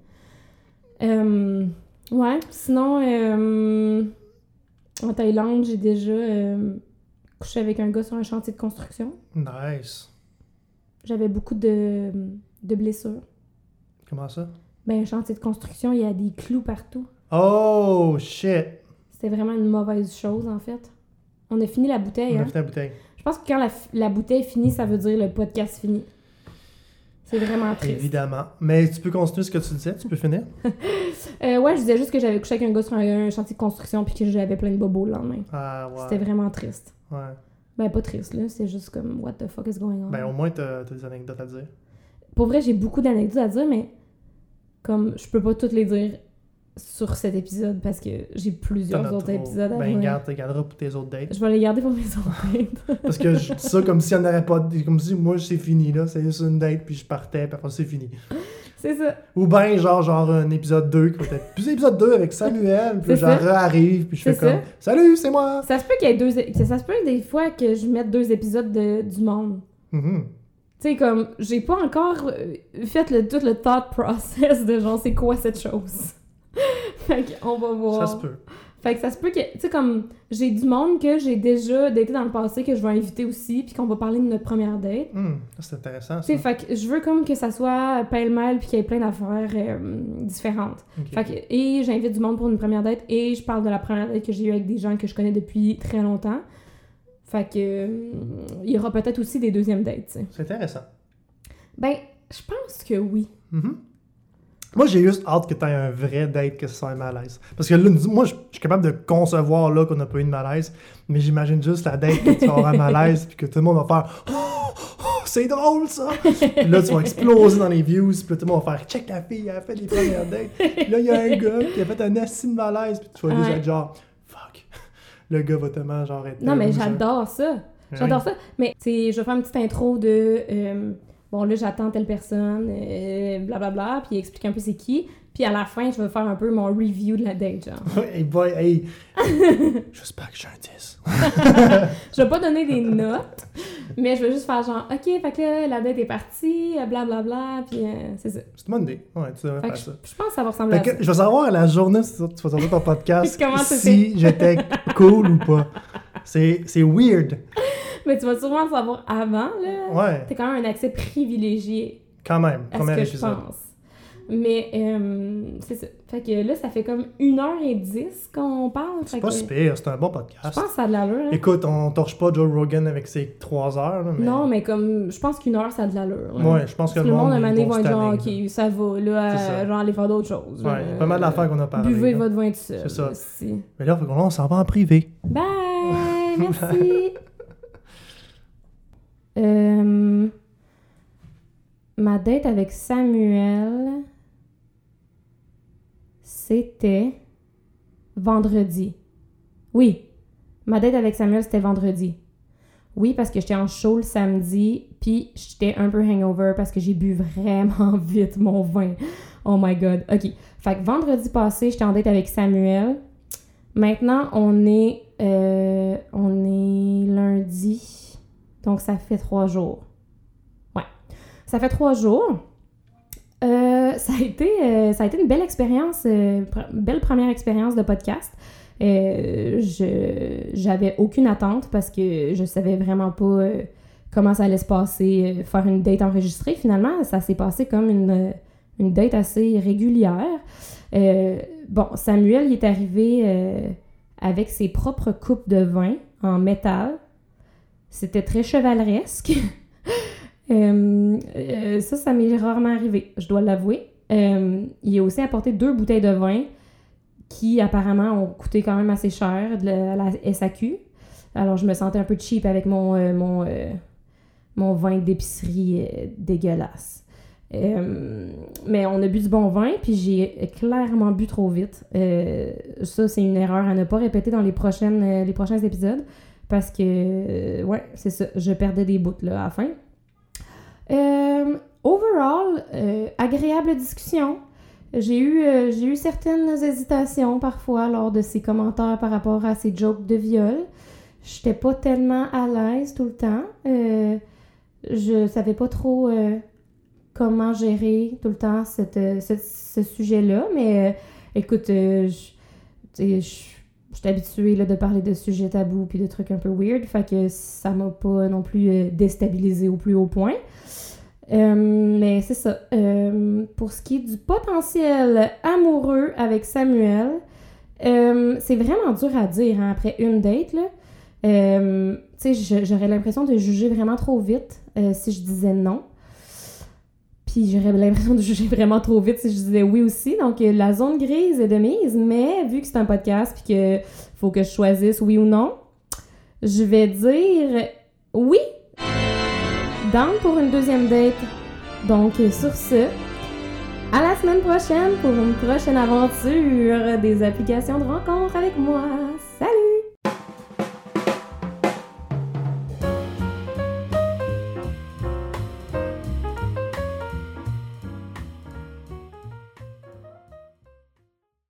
B: Euh, ouais, sinon, euh, en Thaïlande, j'ai déjà euh, couché avec un gars sur un chantier de construction.
C: Nice.
B: J'avais beaucoup de, de blessures.
C: Comment ça?
B: Ben, un chantier de construction, il y a des clous partout.
C: Oh, shit!
B: C'était vraiment une mauvaise chose, en fait. On a fini la bouteille,
C: On a
B: hein?
C: fait ta bouteille.
B: Je pense que quand la, f- la bouteille finit, ça veut dire le podcast fini. C'est vraiment triste.
C: Évidemment. Mais tu peux continuer ce que tu disais? Tu peux finir?
B: Euh, ouais, je disais juste que j'avais couché avec un gars sur un, un chantier de construction puis que j'avais plein de bobos le lendemain.
C: Ah, ouais.
B: C'était vraiment triste.
C: Ouais.
B: Ben, pas triste, là. C'est juste comme, what the fuck is going on?
C: Ben, au moins, t'as t'as des anecdotes à dire.
B: Pour vrai, j'ai beaucoup d'anecdotes à dire, mais comme je peux pas toutes les dire sur cet épisode parce que j'ai
C: T'en
B: plusieurs
C: as
B: autres
C: trop.
B: épisodes à
C: Ben,
B: venir.
C: garde, t'es garderas pour tes autres dates.
B: Je vais les garder pour mes enquêtes.
C: Parce que je dis ça comme si on n'aurait pas. de- Comme si moi, c'est fini, là. C'est juste une date, puis je partais, puis après, c'est fini.
B: c'est ça.
C: Ou ben, genre, genre, un épisode 2 qui va être. Puis, épisode 2 avec Samuel, puis
B: C'est
C: genre,
B: ça.
C: arrive, puis je fais
B: C'est
C: comme. Salut, c'est moi!
B: Ça se peut qu'il y ait deux. é- Ça se peut des fois que je mette deux épisodes de- du monde.
C: Mhm.
B: Tu sais, comme, j'ai pas encore euh, fait le, tout le thought process de genre, c'est quoi cette chose? fait qu'on va
C: Ça
B: voir.
C: se peut.
B: Fait que ça se peut que, tu sais, comme, j'ai du monde que j'ai déjà daté dans le passé que je vais inviter aussi, puis qu'on va parler de notre première date.
C: Hum, c'est intéressant.
B: Tu
C: Ça.
B: sais, fait que je veux comme que ça soit pêle-mêle, puis qu'il y ait plein d'affaires euh, différentes.
C: Ok.
B: Fait que- et j'invite du monde pour une première date et je parle de la première date que j'ai eue avec des gens que je connais depuis très longtemps. Fait que euh, il y aura peut-être aussi des deuxièmes dates. tu sais.
C: C'est intéressant.
B: Ben, je pense que oui.
C: Mhm. Moi, j'ai juste hâte que tu aies un vrai date, que ce soit un malaise. Parce que là, nous- moi, je je suis capable de concevoir là qu'on n'a pas eu de malaise, mais j'imagine juste la date que tu vas avoir un malaise, puis que tout le monde va faire Oh, oh, c'est drôle ça! Puis là, tu vas exploser dans les views, puis là, tout le monde va faire Check la fille, elle a fait les premières dates. Puis là, il y a un gars qui a fait un assis de malaise, puis tu vas juste
B: Ouais.
C: être genre Fuck! Le gars va tellement genre être.
B: Non mais
C: rouge, hein.
B: j'adore ça.
C: Oui.
B: J'adore ça. Mais tu sais, je vais faire une petite intro de euh, bon là j'attends telle personne, euh, blablabla, puis expliquer un peu c'est qui. Puis à la fin, je vais faire un peu mon review de la date, genre.
C: hey boy, hey! J'espère que j'ai un 10.
B: Je vais pas donner des notes, mais je vais juste faire genre, OK, fait que là, la date est partie, euh, blablabla, puis euh, c'est ça.
C: C'est une bonne idée. Ouais, tu devrais
B: Fait que
C: faire
B: je,
C: Ah, ça.
B: je pense que ça va ressembler
C: Fait
B: à ça.
C: que je vais savoir à la journée si tu vas sortir ton podcast
B: Comment tu
C: si j'étais cool ou pas. C'est c'est weird.
B: Mais tu vas sûrement le savoir avant, là.
C: Ouais,
B: T'as quand même un accès privilégié
C: quand même.
B: à
C: Premier
B: ce que
C: épisode.
B: je pense. Mais euh, c'est ça. Fait que là, ça fait comme 1h10 qu'on parle.
C: C'est
B: Fait
C: pas
B: que
C: si pire, c'est un bon
B: Je
C: podcast.
B: pense que ça a de l'allure. hein.
C: Écoute, on torche pas Joe Rogan avec ses 3 heures. là, mais...
B: Non, mais comme, je pense qu'une heure, ça a de l'allure. hein.
C: Ouais, je pense que
B: Tout le monde, à un
C: ils
B: moment donné,
C: vont
B: va
C: se
B: être genre,
C: tanner,
B: OK, ça va, là,
C: C'est
B: euh,
C: ça.
B: genre, aller faire d'autres choses.
C: là. Ouais,
B: euh,
C: pas mal d'affaires qu'on a parlé.
B: Buvez
C: là.
B: votre vin tout seul.
C: C'est ça.
B: aussi.
C: Mais là, faut qu'on- là, on s'en va en privé.
B: Bye! Merci! Euh, ma date avec Samuel, c'était vendredi. Oui, ma date avec Samuel, c'était vendredi. Oui, parce que j'étais en show le samedi, puis j'étais un peu hangover parce que j'ai bu vraiment vite mon vin. Oh my god. OK. Fait que vendredi passé, j'étais en date avec Samuel. Maintenant, on est, euh, on est lundi. Donc, ça fait trois jours. Ouais. Ça fait trois jours. Euh, ça, a été, euh, ça a été une belle expérience, euh, pr- belle première expérience de podcast. Euh, je- J'avais aucune attente parce que je savais vraiment pas euh, comment ça allait se passer, euh, faire une date enregistrée. Finalement, ça s'est passé comme une, euh, une date assez régulière. Euh, bon, Samuel il est arrivé euh, avec ses propres coupes de vin en métal. C'était très chevaleresque. Euh, euh, ça, ça m'est rarement arrivé, je dois l'avouer. Euh, il a aussi apporté deux bouteilles de vin qui apparemment ont coûté quand même assez cher de la, la SAQ. Alors je me sentais un peu cheap avec mon, euh, mon, euh, mon vin d'épicerie euh, dégueulasse. Euh, mais on a bu du bon vin, puis j'ai clairement bu trop vite. Euh, ça, c'est une erreur à ne pas répéter dans les, prochaines, euh, les prochains épisodes, parce que, euh, ouais, c'est ça, je perdais des bouts là, à la fin. Euh, overall, euh, agréable discussion. J'ai eu, euh, j'ai eu certaines hésitations parfois lors de ses commentaires par rapport à ses jokes de viol. J'étais pas tellement à l'aise tout le temps. Euh, je savais pas trop euh, comment gérer tout le temps cette, euh, ce, ce sujet-là, mais euh, écoute, euh, je- tu sais, je je suis habituée là, de parler de sujets tabous puis de trucs un peu weird, fait que ça m'a pas non plus euh, déstabilisée au plus haut point. Euh, mais c'est ça. Euh, pour ce qui est du potentiel amoureux avec Samuel, euh, c'est vraiment dur à dire hein, après une date. là. Euh, tu sais, je- j'aurais l'impression de juger vraiment trop vite euh, si je disais non. Puis j'aurais l'impression de juger vraiment trop vite si je disais oui aussi. Donc euh, la zone grise est de mise, mais vu que c'est un podcast puis que faut que je choisisse oui ou non, je vais dire oui down pour une deuxième date. Donc, sur ce, à la semaine prochaine pour une prochaine aventure des applications de rencontre avec moi.